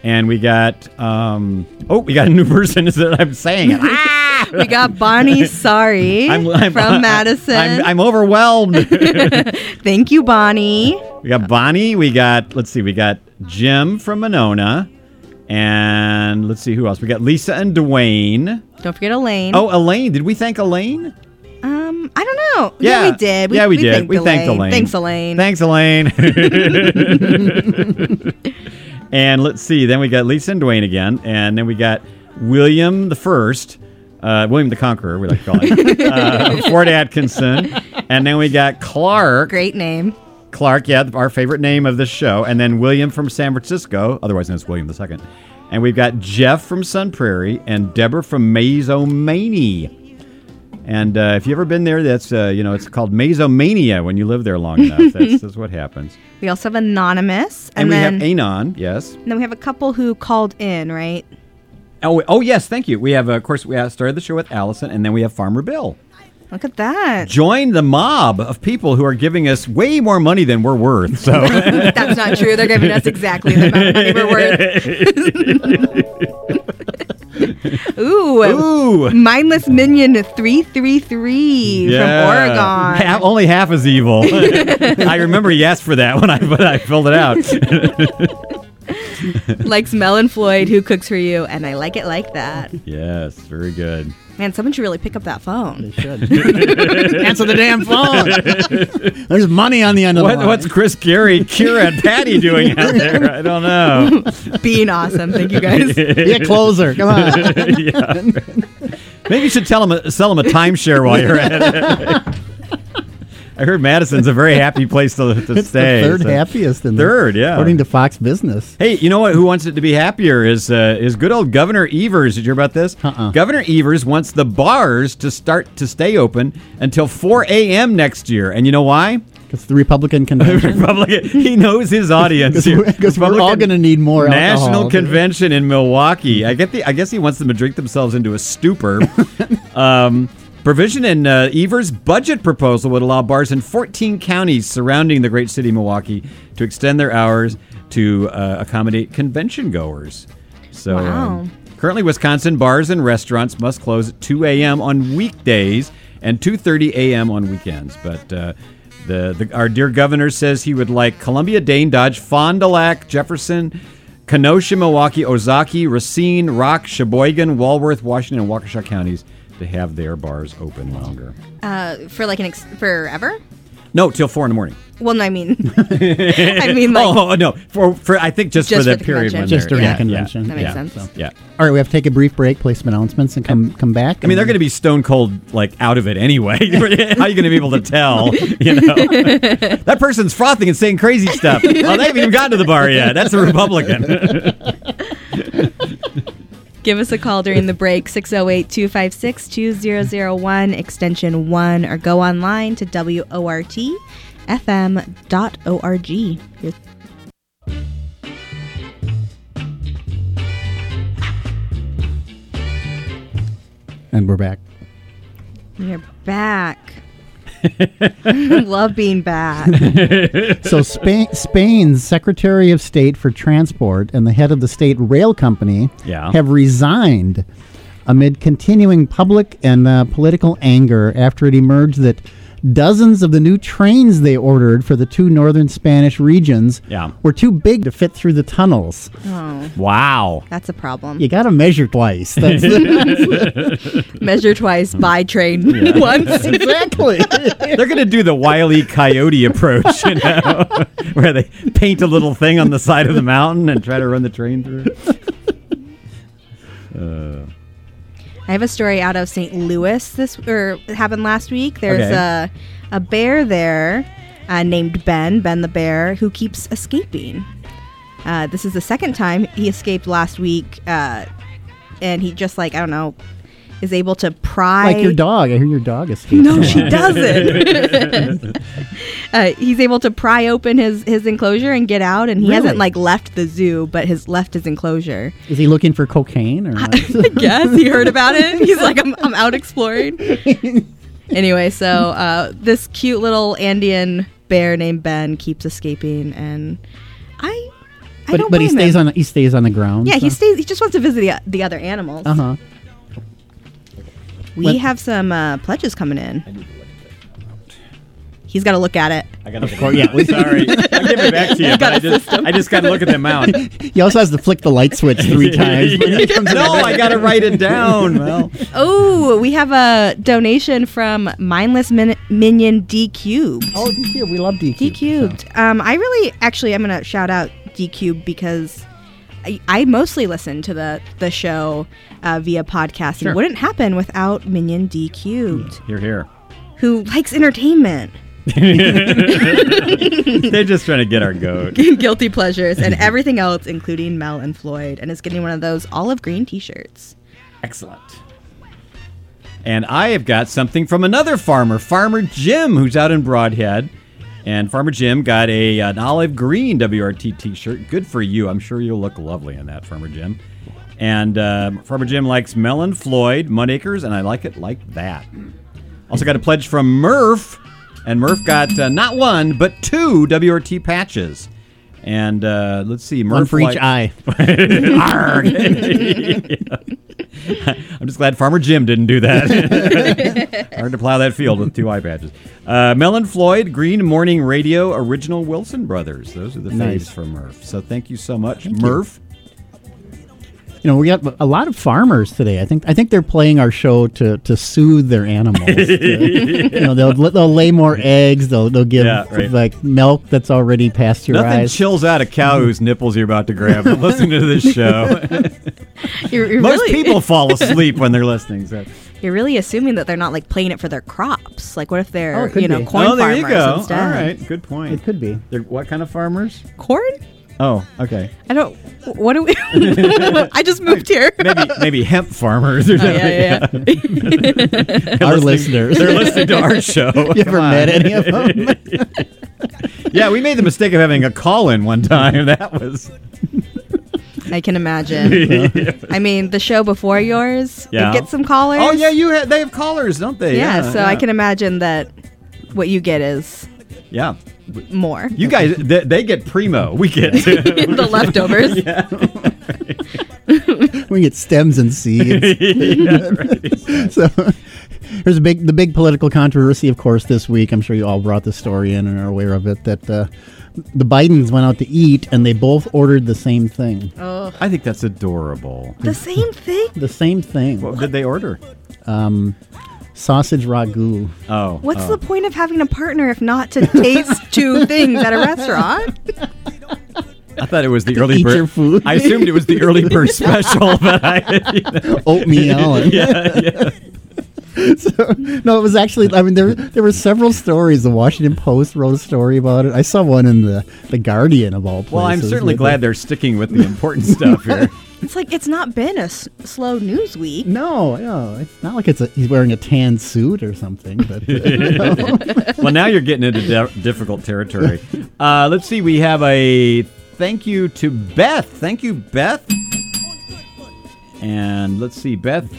And we got um, oh, we got a new person. Is that I'm saying it? Ah,
We got Bonnie Sorry
I'm, I'm-
from
I'm-
Madison.
I'm, I'm overwhelmed.
Thank you, Bonnie.
we got Bonnie. We got let's see. We got Jim from Monona. And let's see who else. We got Lisa and Dwayne.
Don't forget Elaine.
Oh, Elaine. Did we thank Elaine?
um, I don't know.
Yeah.
we did.
yeah, we, did.
Thanked
we thanked Elaine.
Thanks, Elaine.
Thanks, Elaine. and let's see. Then we got Lisa and Dwayne again. And then we got William the First. Uh, William the Conqueror, we like to call him. uh, Fort Atkinson. And then we got Clark.
Great name.
Clark, yeah, our favorite name of this show, and then William from San Francisco, otherwise known as William II. And we've got Jeff from Sun Prairie and Deborah from Mazomania. And uh, if you've ever been there, that's uh, you know it's called Mazomania when you live there long enough. That's, that's what happens.
We also have Anonymous.
And,
And,
we
then,
have Anon, yes.
and then we have a couple who called in, right?
Oh, oh yes, thank you. We have uh, of course we have started the show with Allison, and then we have Farmer Bill.
Look at that.
Join the mob of people who are giving us way more money than we're worth. So.
That's not true. They're giving us exactly the amount of money we're worth. Ooh.
Ooh.
Mindless Minion 333 from Oregon.
Ha- only half as evil. I remember he asked for that when I when I filled it out.
Likes Mel and Floyd, who cooks for you, and I like it like that.
yes, very good.
Man, someone should really pick up that phone.
Answer the damn phone. There's money on the end of
What,
the line.
what's Chris Gary, Kira, and Patty doing out there? I don't know.
Being awesome. Thank you guys.
Be a closer. Come on.
Yeah. Maybe you should tell him a, sell him a timeshare while you're at it. I heard Madison's a very happy place to, to
It's the
stay.
third
so-
happiest in
Third,
the,
yeah.
according to Fox Business.
Hey, you know what? Who wants it to be happier is uh, is good old Governor Evers. Did you hear about this?
Uh-uh.
Governor Evers wants the bars to start to stay open until 4 a.m. next year, and you know why?
It's the Republican convention.
Republican. He knows his audience. here.
Because we're all going
Republican
to need more
National
alcohol.
convention in Milwaukee. I get the. I guess he wants them to drink themselves into a stupor. um, Provision in uh, Evers' budget proposal would allow bars in 14 counties surrounding the great city Milwaukee to extend their hours to uh, accommodate convention goers. So,
Wow.
um, currently, Wisconsin bars and restaurants must close at 2 a.m. on weekdays and 2:30 a.m. on weekends. But uh, the, the our dear governor says he would like Columbia, Dane, Dodge, Fond du Lac, Jefferson. Kenosha, Milwaukee, Ozaki, Racine, Rock, Sheboygan, Walworth, Washington, and Waukesha counties to have their bars open longer.
Uh, for like an ex- forever?
No, till four in the morning.
Well, no, I mean, I mean, like,
oh, oh, no, for, for I think just,
Just
for the,
for the
period
convention.
when
Just
they're-
during
yeah,
the convention.
that makes
yeah,
sense.
Yeah,
All right, we have to take a brief break, play some announcements, and come come back.
I mean they're going to be stone cold like out of it anyway. How are you going to be able to tell? You know, that person's frothing and saying crazy stuff. Oh, they haven't even gotten to the bar yet. That's a Republican.
Give us a call during the break, 608 256 2001, extension 1, or go online to WORTFM.org. Here's-
and we're back.
You're back. Love being back.
So Spain, Spain's Secretary of State for Transport and the head of the state rail company
Yeah.
have resigned amid continuing public and uh, political anger after it emerged that dozens of the new trains they ordered for the two northern Spanish regions
Yeah.
were too big to fit through the tunnels.
Oh,
wow.
that's a problem.
You got to measure twice. That's
Measure twice, buy train once.
exactly.
They're going to do the wily coyote approach, you know, where they paint a little thing on the side of the mountain and try to run the train through.
I have a story out of St. Louis this or it happened last week. There's
Okay.
a a bear there uh, named Ben, Ben the bear, who keeps escaping. Uh, this is the second time he escaped last week, uh, and he just like I don't know is able to pry
like your dog. I hear your dog is.
no, she doesn't. uh, he's able to pry open his, his enclosure and get out, and he
Really?
hasn't like left the zoo, but has left his enclosure.
Is he looking for cocaine or? Not?
I guess he heard about it. He's like, I'm, I'm out exploring. anyway, so uh, this cute little Andean bear named Ben keeps escaping, and I, I
but
don't.
but he
blame
stays
him.
on he stays on the ground.
Yeah, he stays. He just wants to visit the, the other animals.
Uh huh.
We
Let-
have some uh, pledges coming in. He's got to look at it.
I got to course, yeah. Sorry, I'll give it back to you. But I just, I just got to look at the amount.
He also has to flick the light switch three times. when he comes in.
no, I got to write it down. Well,
Oh, we have a donation from Mindless Min- Minion D Cube.
Oh, D cubed. We love D
D
cubed.
cubed. Um, I really, actually, I'm gonna shout out D cubed because I, I mostly listen to the the show uh, via podcast.
Sure.
It wouldn't happen without Minion D cubed,
here, here.
who likes entertainment,
They're just trying to get our goat.
guilty pleasures, and everything else, including Mel and Floyd, and is getting one of those olive green T-shirts.
Excellent. And I have got something from another farmer, Farmer Jim, who's out in Broadhead. And Farmer Jim got a an olive green WRT T-shirt. Good for you. I'm sure you'll look lovely in that, Farmer Jim. And um, Farmer Jim likes Melon Floyd Mud Acres, and I like it like that. Also got a pledge from Murph, and Murph got uh, not one but two WRT patches. And uh, let's see, Murph
One for
likes-
each eye.
Arg. I'm just glad Farmer Jim didn't do that. Hard to plow that field with two eye patches. Uh, Melon Floyd, Green Morning Radio, original Wilson Brothers. Those are the
Nice.
faves for Murph. So thank you so much, Murph.
You know, we got a lot of farmers today. I think I think they're playing our show to to soothe their animals. to- You know, they'll they'll lay more eggs. They'll they'll give
Yeah, right.
like milk that's already
Nothing
pasteurized.
chills out a cow whose nipples you're about to grab. than listening to this show.
You're, you're
Most
really,
people fall asleep when they're listening. So.
you're really assuming that they're not like playing it for their crops. Like, what if
Oh,
they're
it could
you know
be.
corn
oh, there
farmers
you go.
instead?
All right, good point.
it could be.
They're what kind of farmers?
Corn?
Oh, okay.
I don't. What do we? I just moved here.
Maybe maybe hemp farmers or something.
Oh, yeah, yeah, yeah.
Our listeners.
They're listening to our show.
You ever met any of them?
uh, Yeah, we made the mistake of having a call in one time. That was
I can imagine. I mean, the show before yours, would
Yeah.
get some callers.
Oh yeah, you ha- they have callers, don't they?
yeah, so I
yeah.
can imagine that what you get is
Yeah,
more.
you guys, they, they get primo. We get
the leftovers.
we get stems and seeds. so there's a big the big political controversy, of course, this week. I'm sure you all brought the story in and are aware of it. That uh, the Bidens went out to eat and they both ordered the same thing.
I think that's adorable.
The same thing?
The same thing.
What did they order?
Sausage ragu.
Oh,
What's
oh.
the point of having a partner if not to taste two things at a restaurant?
I thought it was the early
eat
bird
your food.
I assumed it was the early bird special, but I
oatmeal. And so, no, it was actually. I mean, there there were several stories. The Washington Post wrote a story about it. I saw one in the the Guardian of all places.
well, I'm certainly
with
glad
it.
they're sticking with the important stuff here.
It's like it's not been a s- slow news week.
No, no, it's not like it's a, he's wearing a tan suit or something. But uh,
well, now you're getting into di- difficult territory. Uh, let's see. We have a thank you to Beth. Thank you, Beth. And let's see, Beth.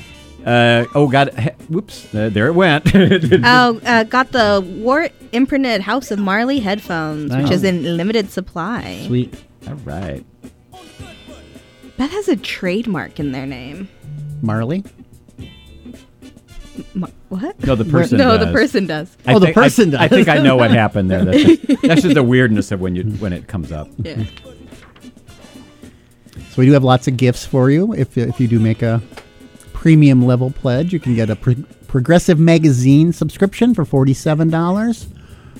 Uh, oh, God. he- Whoops. Uh, there it went.
Oh, uh, got the Wart imprinted House of Marley headphones,
Nice.
which is in limited supply.
sweet.
All right.
Beth has a trademark in their name.
Marley.
Mar- what?
No, the person.
no, the
does.
person does.
I
Oh, the
think- I-
person does.
I think I know what happened there. That's just, that's just the weirdness of when you when it comes up.
Yeah.
So we do have lots of gifts for you. If if you do make a premium level pledge, you can get a pro- Progressive magazine subscription for forty seven dollars.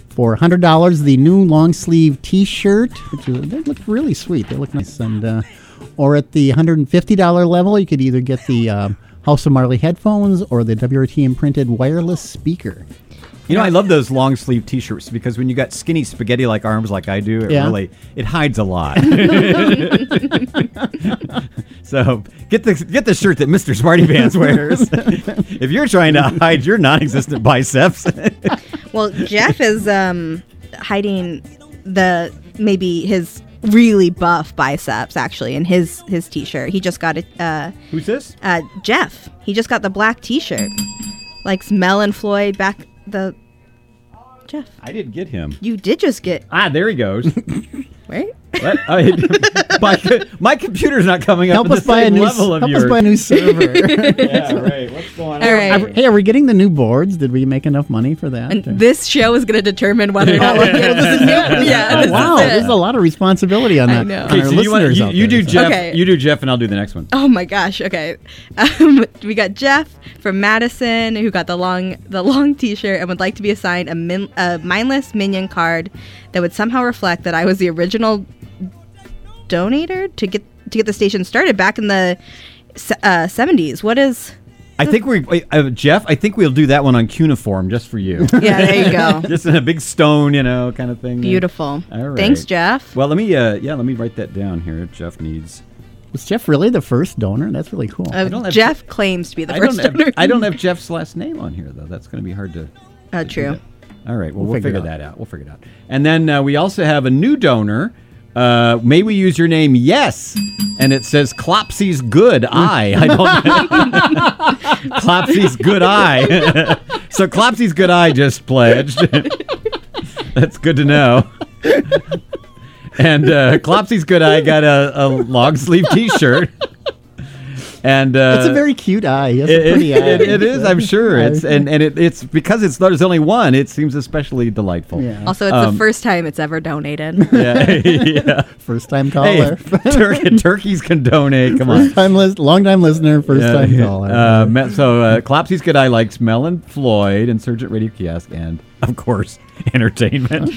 For hundred dollars, the new long sleeve T shirt, which is, they look really sweet. They look nice, and uh, or at the hundred and fifty dollar level, you could either get the um, House of Marley headphones or the WRT imprinted wireless speaker.
You know, I love those long sleeve T-shirts because when you got skinny spaghetti like arms like I do, it
Yeah.
really it hides a lot. so get the get the shirt that Mister Smarty Pants wears. if you're trying to hide your non-existent biceps,
Well, Jeff is um, hiding the maybe his really buff biceps actually in his his t-shirt. He just got a uh,
who's this?
uh, Jeff. He just got the black t-shirt. Likes Mel and Floyd back the Jeff.
I didn't get him.
You did just get
Ah, there he goes.
right.
What? I- my, co- my computer's not coming up.
Help
at
us
the
buy a
same
new s-
level of
help
yours.
us buy a new server.
yeah, right. What's going on?
All right.
hey, are we getting the new boards? Did we make enough money for that?
And this show is going to determine whether or not we'll get yeah,
Oh,
this is
wow,
it.
there's a lot of responsibility on that.
I know.
on
Okay,
our
so you, wanna-
listeners
you,
out
you
there,
do
so-
Jeff.
Okay.
You do Jeff, and I'll do the next one.
Oh my gosh! Okay, um, we got Jeff from Madison who got the long the long T-shirt and would like to be assigned a, min, a mindless minion card that would somehow reflect that I was the original donator to get to get the station started back in the uh, seventies. what is?
I think we, uh, Jeff. I think we'll do that one on cuneiform just for you.
Yeah, there you go.
just in a big stone, you know, kind of thing.
Beautiful.
Mm. All right.
Thanks, Jeff.
Well, let me. Uh, yeah, let me write that down here. Jeff needs.
Was Jeff really the first donor? That's really cool.
Uh,
don't have-
Jeff claims to be the
I don't,
first donor.
have, I don't have Jeff's last name on here though. That's going to be hard to.
Uh,
to do
true.
that. All right. Well, we'll,
figure
figure,
it out.
that out. We'll figure it out. And then uh, we also have a new donor. Uh, may we use your name? Yes. And it says Clopsy's good eye. I don't. Clopsy's good eye. so Clopsy's good eye just pledged. That's good to know. And uh, Clopsy's good eye got a, a long sleeve T-shirt. And uh,
That's a very cute eye. He has
it,
a
it-
pretty eye.
it- it is, I'm sure.
I-
It's and, and it, it's because it's there's only one. It seems especially delightful.
Yeah.
Also, it's
Um,
the first time it's ever donated.
Yeah. yeah.
First time
Hey,
caller.
tur- turkeys can donate. Come on.
First time lis- long time listener, first
Yeah,
time
yeah.
caller.
Uh, Ma- so uh, Clopsy's good eye likes Melon Floyd, Insurgent Radio Kiosk, and of course entertainment.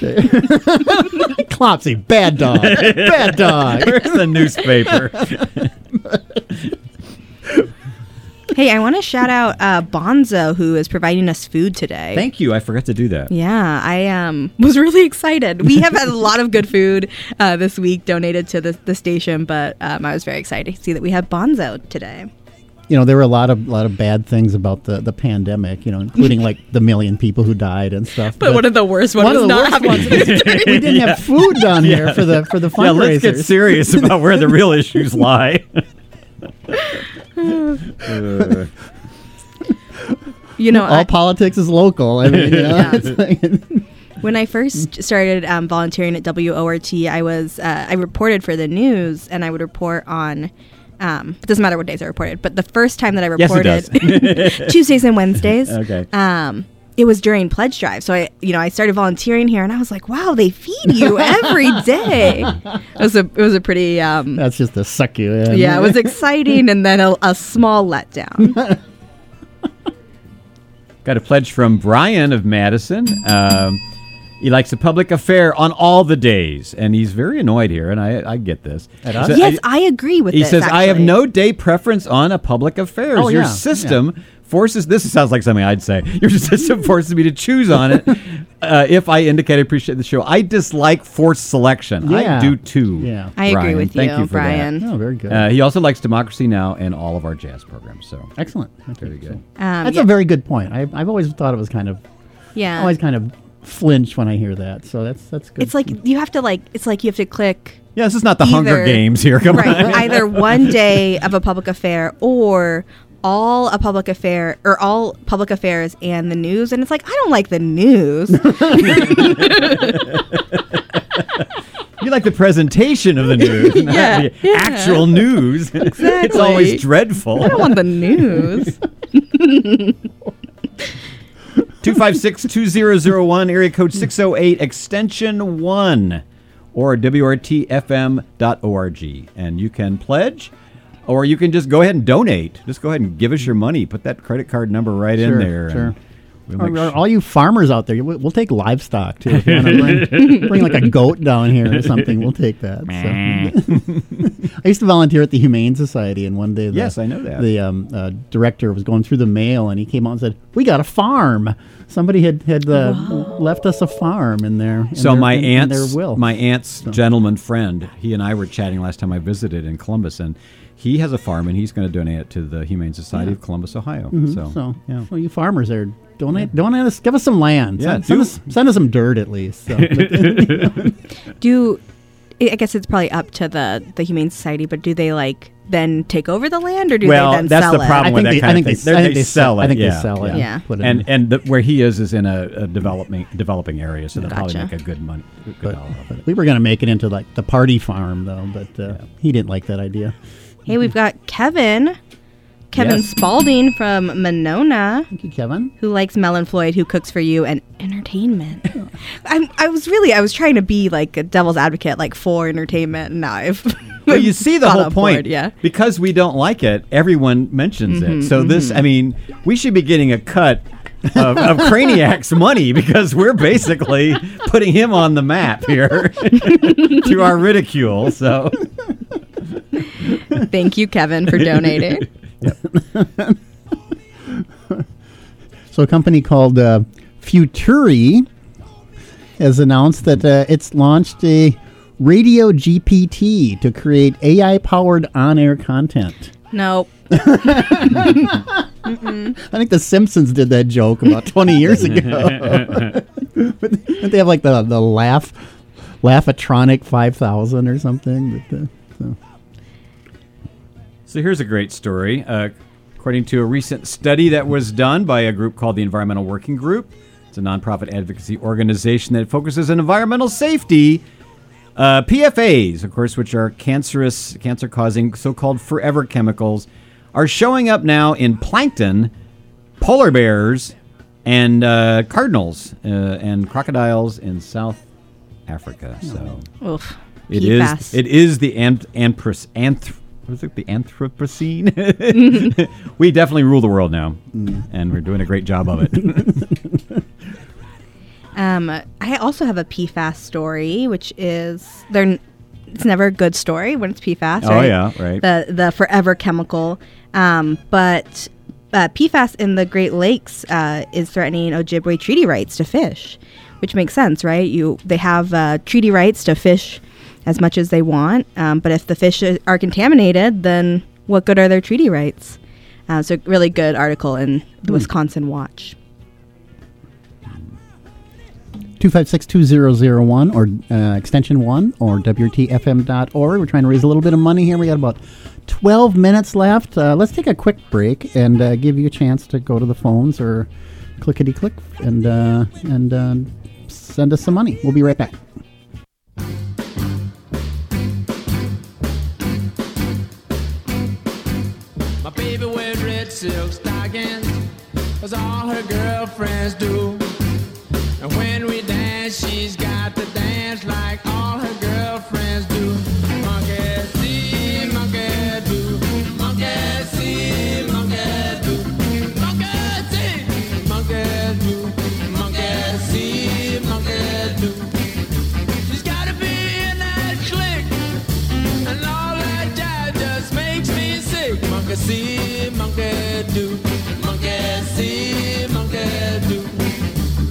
Clopsy, bad dog. bad dog.
Where's the newspaper?
hey, I want to shout out uh, Bonzo who is providing us food today.
Thank you. I forgot to do that.
Yeah, I um, was really excited. We have had a lot of good food uh, this week donated to the, the station, but um, I was very excited to see that we had Bonzo today.
you know, there were a lot of lot of bad things about the, the pandemic, you know, including like the million people who died and stuff.
But one of the worst ones
one of
is
the
not
worst
having
ones is we didn't have food down here for the for the fundraisers.
Yeah, let's get serious about where the real issues lie. Uh,
You know,
All
I-
politics is local. I mean, you know,
Yeah.
it's like-
When I first started um, volunteering at WORT, I was uh, I reported for the news, and I would report on. Um, it doesn't matter what days I reported, but the first time that I
Yes, it
reported Tuesdays and Wednesdays.
Okay.
Um, it was during pledge drive, so I you know I started volunteering here, and I was like, wow, they feed you every day. It was a it was a pretty um,
that's just uh, to suck you in.
yeah, it was exciting, and then a, a small letdown.
Got a pledge from Brian of Madison. Um, he likes a public affair on all the days, and he's very annoyed here, and I, I get this.
At us?
He said-
yes, I agree with.
He
this,
says, I have
actually." Um,
no day preference on a public affairs.
Oh,
Your
yeah,
system forces, this sounds like something I'd say. Your system forces me to choose on it uh, if I indicate I appreciate the show. I dislike forced selection. I
Yeah.
do too.
Yeah.
I agree
Brian.
with
Thank
you,
you for that.
Brian.
Oh, very good.
Uh, he also likes Democracy Now! and all of our jazz programs. So
Excellent. That's
very good.
Um,
That's
yeah, Uh,
a very good point. I, I've always thought it was kind of, I
yeah.
always kind of flinch when I hear that. So that's that's good.
it's like you have to like it's like you have to click
Yeah, this is not the
Either-
Hunger Games here. Come
right
on.
either one day of a public affair or all a public affair or all public affairs and the news and it's like i don't like the news
You like the presentation of the news, not
Yeah,
the actual news. it's always dreadful.
i want the news
256-2001, area code 608, extension 1, or wrtfm.org. And you can pledge, or you can just go ahead and donate. Just go ahead and give us your money. Put that credit card number right in
Sure,
there. and
sure.
we'll
Or-
make
or
sure-
all you farmers out there, we'll, we'll take livestock too. If you wanna bring, bring like a goat down here or something, we'll take that. So. I used to volunteer at the Humane Society, and one day, the,
Yes, I know that.
the um, uh, director was going through the mail, and he came out and said, "We got a farm. Somebody had had uh, left us a farm in there."
so my aunt's
their will.
my aunt's gentleman friend, he and I were chatting last time I visited in Columbus, and he has a farm, and he's going to donate it to the Humane Society of Columbus, Ohio. So,
Mm-hmm. so
yeah.
well, you farmers there, donate, donate us, give us some land.
Yeah,
send, send
do-
us, send us some dirt at least. So.
do i I guess it's probably up to the the humane society but do they like then take over the land or do
Well,
they then
that's
sell
the
it
problem. with that kind of
they,
thing. They're-
I think
they sell it,
I think
yeah,
they sell it.
yeah.
Put it
and
in.
and the, where he is is in a, a developing developing area, so they'll probably
Gotcha.
make a good money. Good dollar off of it.
we were going to make it into like the party farm though, but uh, he didn't like that idea.
hey we've got kevin kevin
Yes.
spalding from monona
Thank you, Kevin.
who likes Melon Floyd, who cooks for you and entertainment. I'm, I was really, I was trying to be like a devil's advocate, like for entertainment, and now I've.
Well, you see the
gone
whole
on
point,
board, yeah. Mm-hmm,
Because we don't like it, everyone mentions it. So this, I mean, we should be getting a cut of, of Craniac's money because we're basically putting him on the map here to our ridicule. So
Thank you, Kevin, for donating.
So a company called uh, Futuri has announced that uh, it's launched a Radio GPT to create AI-powered on-air content.
nope.
I think The Simpsons did that joke about 20 years ago. but didn't they have like the the laugh, laughatronic 5000 or something. But, uh, so.
So here's a great story. Uh, according to a recent study that was done by a group called the Environmental Working Group, it's a nonprofit advocacy organization that focuses on environmental safety. Uh, PFAS, of course, which are cancerous, cancer-causing so-called forever chemicals, are showing up now in plankton, polar bears, and uh, cardinals uh, and crocodiles in South Africa. So
Oof.
it is.
PFAS.
It is the ant, anthrus, anth, was it the Anthropocene? we definitely rule the world now,
Mm.
and we're doing a great job of it.
Um, I also have a PFAS story, which is they're n- it's never a good story when it's PFAS.
Oh,
right?
yeah, right.
The the forever chemical, um, but uh, PFAS in the Great Lakes uh, is threatening Ojibwe treaty rights to fish, which makes sense, right? You they have uh, treaty rights to fish as much as they want, um, but if the fish i- are contaminated, then what good are their treaty rights? Uh, so really good article in
Hmm.
the Wisconsin Watch.
256-2001 or uh, extension 1 or WTFM.org. We're trying to raise a little bit of money here. We got about 12 minutes left. Uh, let's take a quick break and uh, give you a chance to go to the phones or clickety-click and, uh, and uh, send us some money. We'll be right back.
My baby wears red silk stockings, as all her girlfriends do. And when we dance, she's got to dance like all her girlfriends do. Monkey see, monkey do. Monkey see, monkey do. Monkey see, monkey do. Monkey see, monkey do. She's gotta be in that clique. And all that jive just makes me sick. Monkey see, monkey do. Monkey see, monkey do.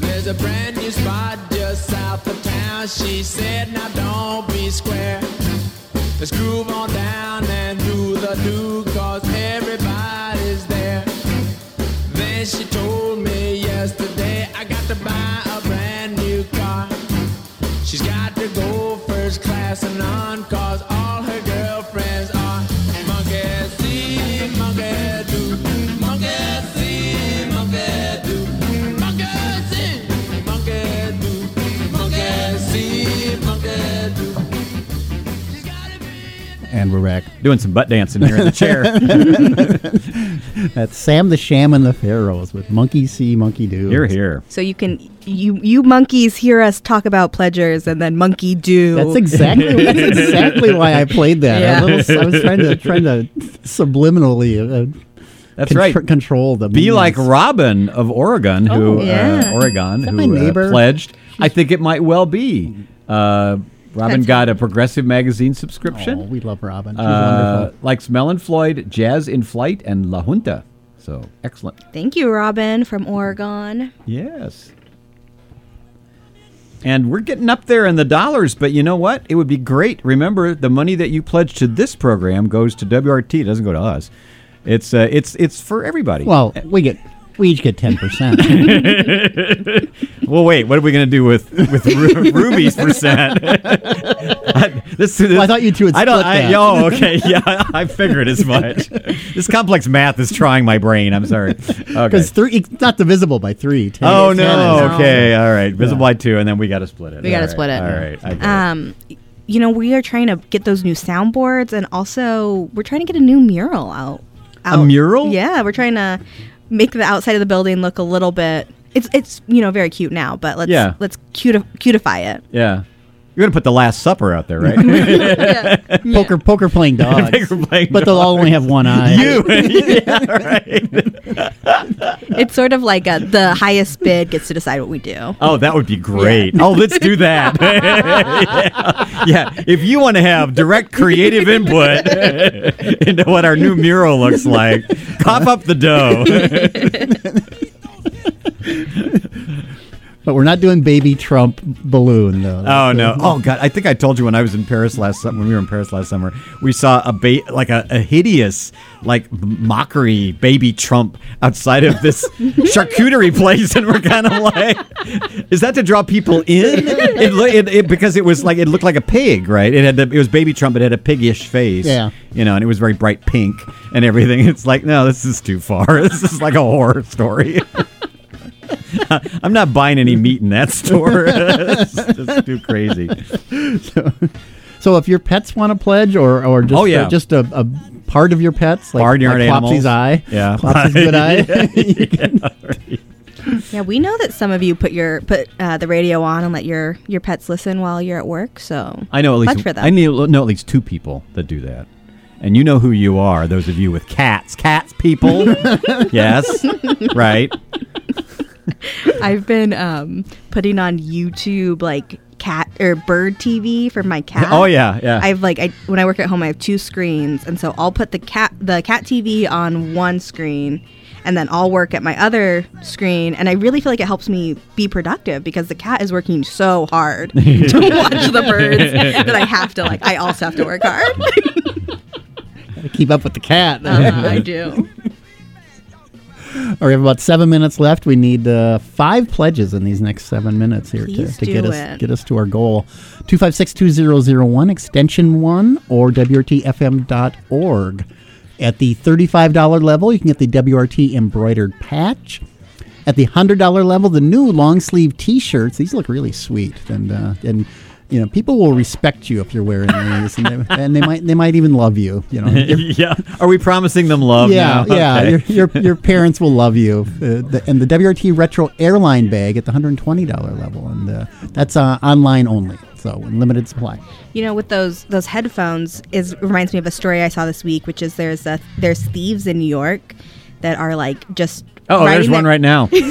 There's a brand new spot just south of town. She said, now don't be square. Let's groove on down and do the do, cause everybody's there. Then she told me yesterday I got to buy a brand new car. She's got to go first class and on, cause all her girlfriends are monkey see, monkey do, monkey see, monkey do, monkey see, monkey do, monkey see, monkey do. She's gotta be a
And we're back.
Doing some butt dancing here in the chair.
That's Sam the Sham and the Pharaohs with Monkey See, Monkey Do.
You're here.
So you can you you monkeys hear us talk about pledgers and then monkey do.
That's exactly that's exactly why I played that. A
Yeah.
little, I was trying to trying to subliminally uh,
That's
contr-
right.
control the
Be
means.
like Robin of Oregon, who
Oh, yeah.
uh, Oregon, who
my
uh,
neighbor? Mm-hmm.
pledged. I think it might well be. Uh, Robin
That's-
got a Progressive magazine subscription.
Oh, we love Robin. She's
uh,
wonderful.
Likes Melon Floyd, Jazz in Flight, and La Junta. So excellent.
Thank you, Robin from Oregon.
Yes. And we're getting up there in the dollars, but you know what? It would be great. Remember, the money that you pledge to this program goes to WRT. It doesn't go to us. It's uh, it's it's for everybody.
Well, we get we each get ten percent.
well, wait. What are we going to do with with Ru- Ruby's percent? I, this, this-
I thought you two would
I don't.
split
I,
that.
oh, okay. Yeah, I figured as much. this complex math is trying my brain. I'm sorry. Okay.
Because three, it's not divisible by three. 10
Oh
is
no.
10 is-
Okay. All right. Visible by two, and then we got to split it.
We gotta
All right,
split it.
All right. I get it.
Um, you know we are trying to get those new soundboards and also we're trying to get a new mural out. out.
mural?
Yeah, we're trying to make the outside of the building look a little bit. It's it's you know very cute now, but let's
Yeah.
let's cuti- cutify it.
Yeah. You're gonna put the Last Supper out there, right?
Poker, poker playing dogs.
Poker playing
but they'll all only have one eye.
you. yeah, right. Uh,
It's sort of like a, the highest bid gets to decide what we do.
Oh, that would be great. Oh, let's do that. yeah. Yeah. If you want to have direct creative input into what our new mural looks like, cough up the dough.
But we're not doing baby Trump balloon though.
Oh no! Oh god! I think I told you when I was in Paris last summer. When we were in Paris last summer, we saw a ba- like a, a hideous, like mockery baby Trump outside of this charcuterie place, and we're kind of like, is that to draw people in? It, lo- it, it because it was like it looked like a pig, right? It had the, it was baby Trump. It had a piggish face,
Yeah.
you know, and it was very bright pink and everything. It's like no, this is too far. This is like a horror story. I'm not buying any meat in that store. it's just too crazy.
So if your pets want to pledge, or or just
Oh, yeah.
uh, just a, a part of your pets, like,
Barnyard
like Plopsy's
animals.
eye,
Yeah.
Plopsy's good eye.
Yeah, we know that some of you put your put uh, the radio on and let your your pets listen while you're at work. So
I know at
much
least
for that.
I knew, know at least two people that do that, and you know who you are. Those of you with cats, cats people. yes, right.
I've been um, putting on YouTube like cat or bird TV for my cat.
Oh, yeah, yeah.
I've like I when I work at home I have two screens and so I'll put the cat the cat TV on one screen and then I'll work at my other screen and I really feel like it helps me be productive because the cat is working so hard to watch the birds that I have to like I also have to work hard. Uh-huh.
Keep up with the cat.
Uh, I do.
Or we have about seven minutes left. We need uh, five pledges in these next seven minutes here to,
Please
to get
do
us
it.
get us to our goal. 256-2001, extension 1, or WRTFM.org. At the $35 level, you can get the WRT embroidered patch. At the hundred dollar level, the new long sleeve T shirts. These look really sweet, and uh, and you know people will respect you if you're wearing these, and they, and they might they might even love you. You know, Your-
yeah. Are we promising them love?
yeah,
now?
yeah.
Okay.
Your, your your parents will love you. Uh, the, and the WRT retro airline bag at the hundred twenty dollar level, and uh, that's uh, online only, so in limited supply.
You know, with those those headphones is reminds me of a story I saw this week, which is there's a there's thieves in New York that are like just
Oh, there's one
riding their-
right now.
Yeah,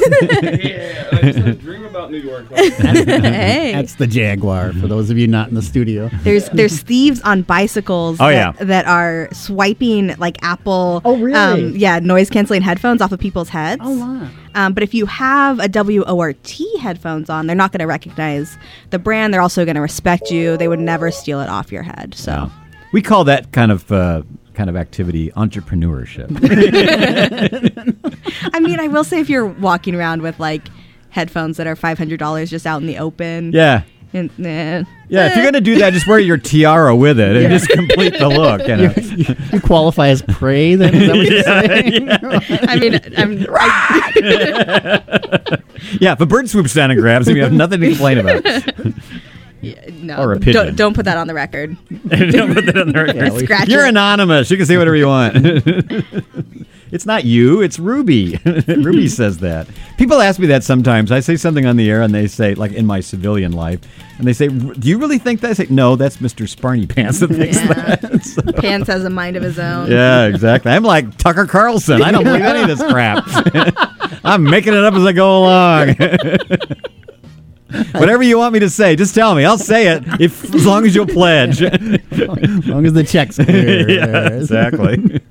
I just had a dream about New York. last night.
hey.
That's the Jaguar
Mm-hmm.
for those of you not in the studio.
there's there's thieves on bicycles
Oh,
that,
yeah.
that are swiping like Apple
Oh, really? Oh,
um, yeah noise canceling headphones off of people's heads um, but if you have a WORT headphones on they're not going to recognize the brand they're also going to respect you they would never steal it off your head so
No. We call that kind of uh, kind of activity entrepreneurship.
I mean I will say if you're walking around with like headphones that are $500 just out in the open
yeah.
and, eh.
Yeah, if you're gonna do that, just wear your tiara with it and just complete the look. You know?
you, you qualify as prey. Then is that what you're saying?
eh, I mean I'm I,
yeah, if a bird swoops down and grabs him, you have nothing to complain about.
no
Or a pigeon.
don't, don't put that on the record
Don't put that on the record.
we- Scratch
You're
it.
anonymous. You can say whatever you want. it's not you. It's Ruby. Ruby says that. People ask me that sometimes. I say something on the air, and they say, like in my civilian life, and they say, "Do you really think that?" I say, "No, that's Mr. Sparny Pants that thinks
Yeah.
that." So-
Pants has a mind of his own
yeah, exactly. I'm like Tucker Carlson. I don't believe any of this crap. I'm making it up as I go along. Whatever you want me to say, just tell me. I'll say it if, as long as you'll pledge.
as long as the check's clear.
yeah, exactly.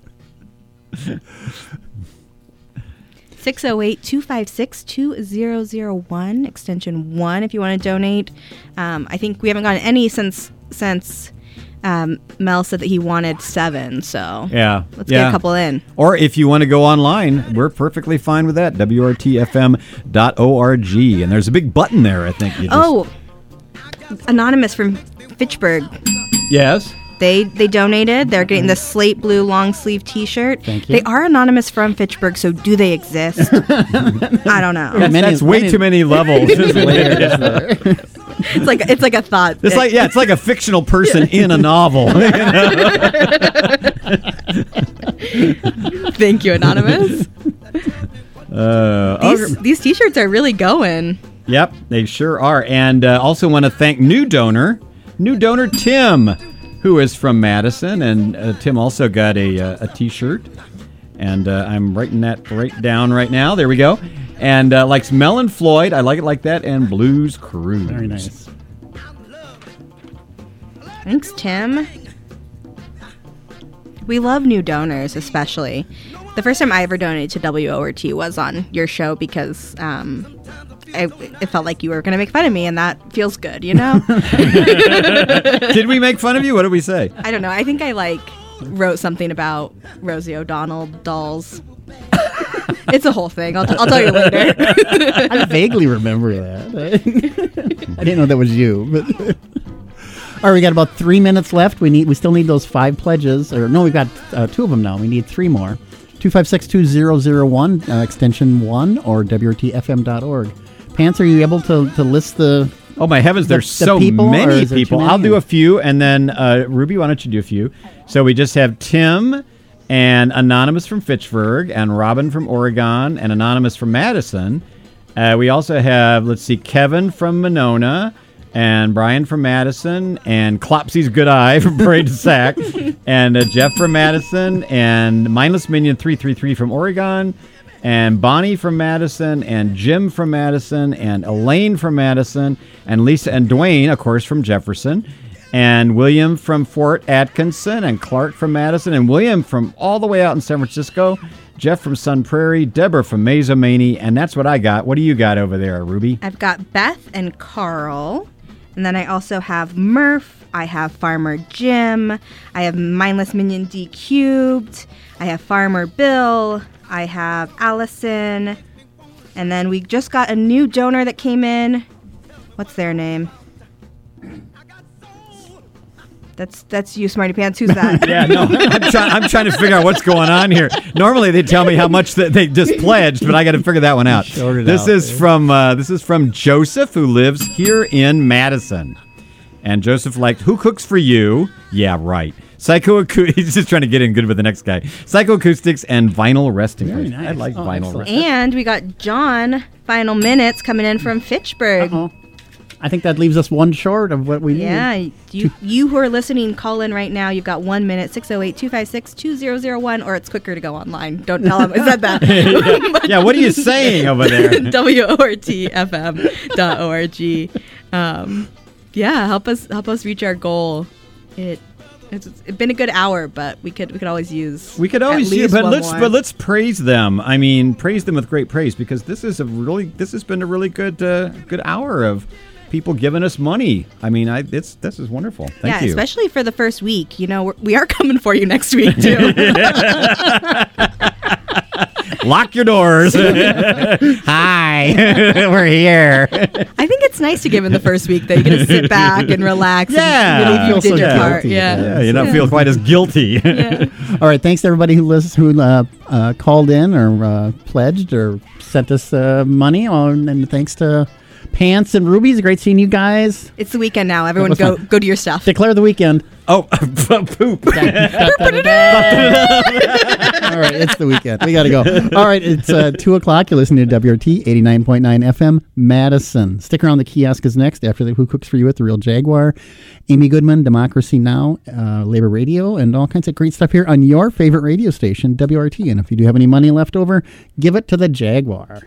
608-256-2001 extension 1 if you want to donate um, i think we haven't gotten any since since um, mel said that he wanted seven so
Yeah.
let's
yeah.
get a couple in
Or if you want to go online, we're perfectly fine with that. WRTFM.org. And there's a big button there, I think. You just,
oh anonymous from fitchburg
Yes.
they they donated they're getting the slate blue long sleeve t-shirt
Thank you.
they are anonymous from fitchburg so do they exist i don't know
Many-
That's way
many-
too many levels.
it's like it's like a thought
It's like yeah, it's like a fictional person in a novel.
thank you anonymous
Uh,
these, these t-shirts are really going
Yep, they sure are. And uh, also want to thank new donor, new donor Tim, who is from Madison, and uh, Tim also got a uh, a T-shirt. And uh, I'm writing that right down right now. There we go. And uh, likes Melon Floyd. I like it like that. And Blues Cruise.
Very nice.
Thanks, Tim. We love new donors, especially. The first time I ever donated to WORT was on your show because um, I, it felt like you were going to make fun of me, and that feels good, you know?
Did we make fun of you? What did we say?
I don't know. I think I like wrote something about Rosie O'Donnell dolls. it's a whole thing. I'll, I'll tell you later.
I vaguely remember that. I didn't know that was you. But all right, we got about three minutes left. We need. We still need those five pledges, or no, we've got uh, two of them now. We need three more. Two five six two zero zero one uh, extension one or wrtfm.org. Pants, are you able to, to list the?
Oh my heavens! There's
the
so
people, or
many
is there too
people.
many?
I'll do a few, and then uh, Ruby, why don't you do a few? So we just have Tim and Anonymous from Fitchburg, and Robin from Oregon, and Anonymous from Madison. Uh, we also have let's see, Kevin from Monona, and Brian from Madison, and Clopsy's Good Eye from Parade to Sac, and uh, Jeff from Madison, and Mindless Minion three three three from Oregon and Bonnie from Madison, and Jim from Madison, and Elaine from Madison, and Lisa and Dwayne, of course, from Jefferson, and William from Fort Atkinson, and Clark from Madison, and William from all the way out in San Francisco, Jeff from Sun Prairie, Deborah from Mazomani, and that's what I got. What do you got over there, Ruby?
I've got Beth and Carl. And then I also have Murph. I have Farmer Jim. I have Mindless Minion D Cubed. I have Farmer Bill. I have Allison. And then we just got a new donor that came in. What's their name? That's that's you, Smarty Pants. Who's that?
Yeah, no, I'm, try- I'm trying to figure out what's going on here. Normally they tell me how much that they just pledged, but I got to figure that one out.
Sort it
This
out,
is
eh?
from uh, this is from Joseph who lives here in Madison, and Joseph liked who cooks for you. Yeah, right. Psycho he's just trying to get in good with the next guy. Psychoacoustics and vinyl resting.
Very
place. I
nice.
like
Oh,
vinyl.
excellent.
resting.
and we got John. Final minutes coming in from Fitchburg.
Oh, I think that leaves us one short of what we need.
Yeah, you you who are listening, call in right now. You've got one minute, 608-256-2001, or it's quicker to go online. Don't tell them I said that.
Yeah, what are you saying over there?
WORTFM.org. Um, yeah, help us help us reach our goal. It it's, it's been a good hour, but we could we could always use
We could
at
always
least
use, but
one
let's
more.
but let's praise them. I mean, praise them with great praise because this is a really this has been a really good uh, good hour of people giving us money. I mean, I it's this is wonderful. Thank
yeah,
you.
especially for the first week. You know, we're, we are coming for you next week too.
Lock your doors. Hi, we're here.
I think it's nice to give in the first week that you can sit back and relax.
Yeah.
and really
Feel
you did
so
your part.
guilty.
Yeah.
Yeah, you don't feel quite as guilty.
All right. Thanks to everybody who listens, who uh, uh, called in or uh, pledged or sent us uh, money. On, and thanks to Pants and Rubies. Great seeing you guys.
It's the weekend now. Everyone,
was
go
fun.
go do your stuff.
Declare the weekend.
oh, poop.
All right, it's the weekend. We got to go. All right, it's uh, 2 o'clock. You're listening to WRT 89.9 FM, Madison. Stick around. The kiosk is next after the Who Cooks For You at The Real Jaguar, Amy Goodman, Democracy Now!, uh, Labor Radio, and all kinds of great stuff here on your favorite radio station, WRT. And if you do have any money left over, give it to the Jaguar.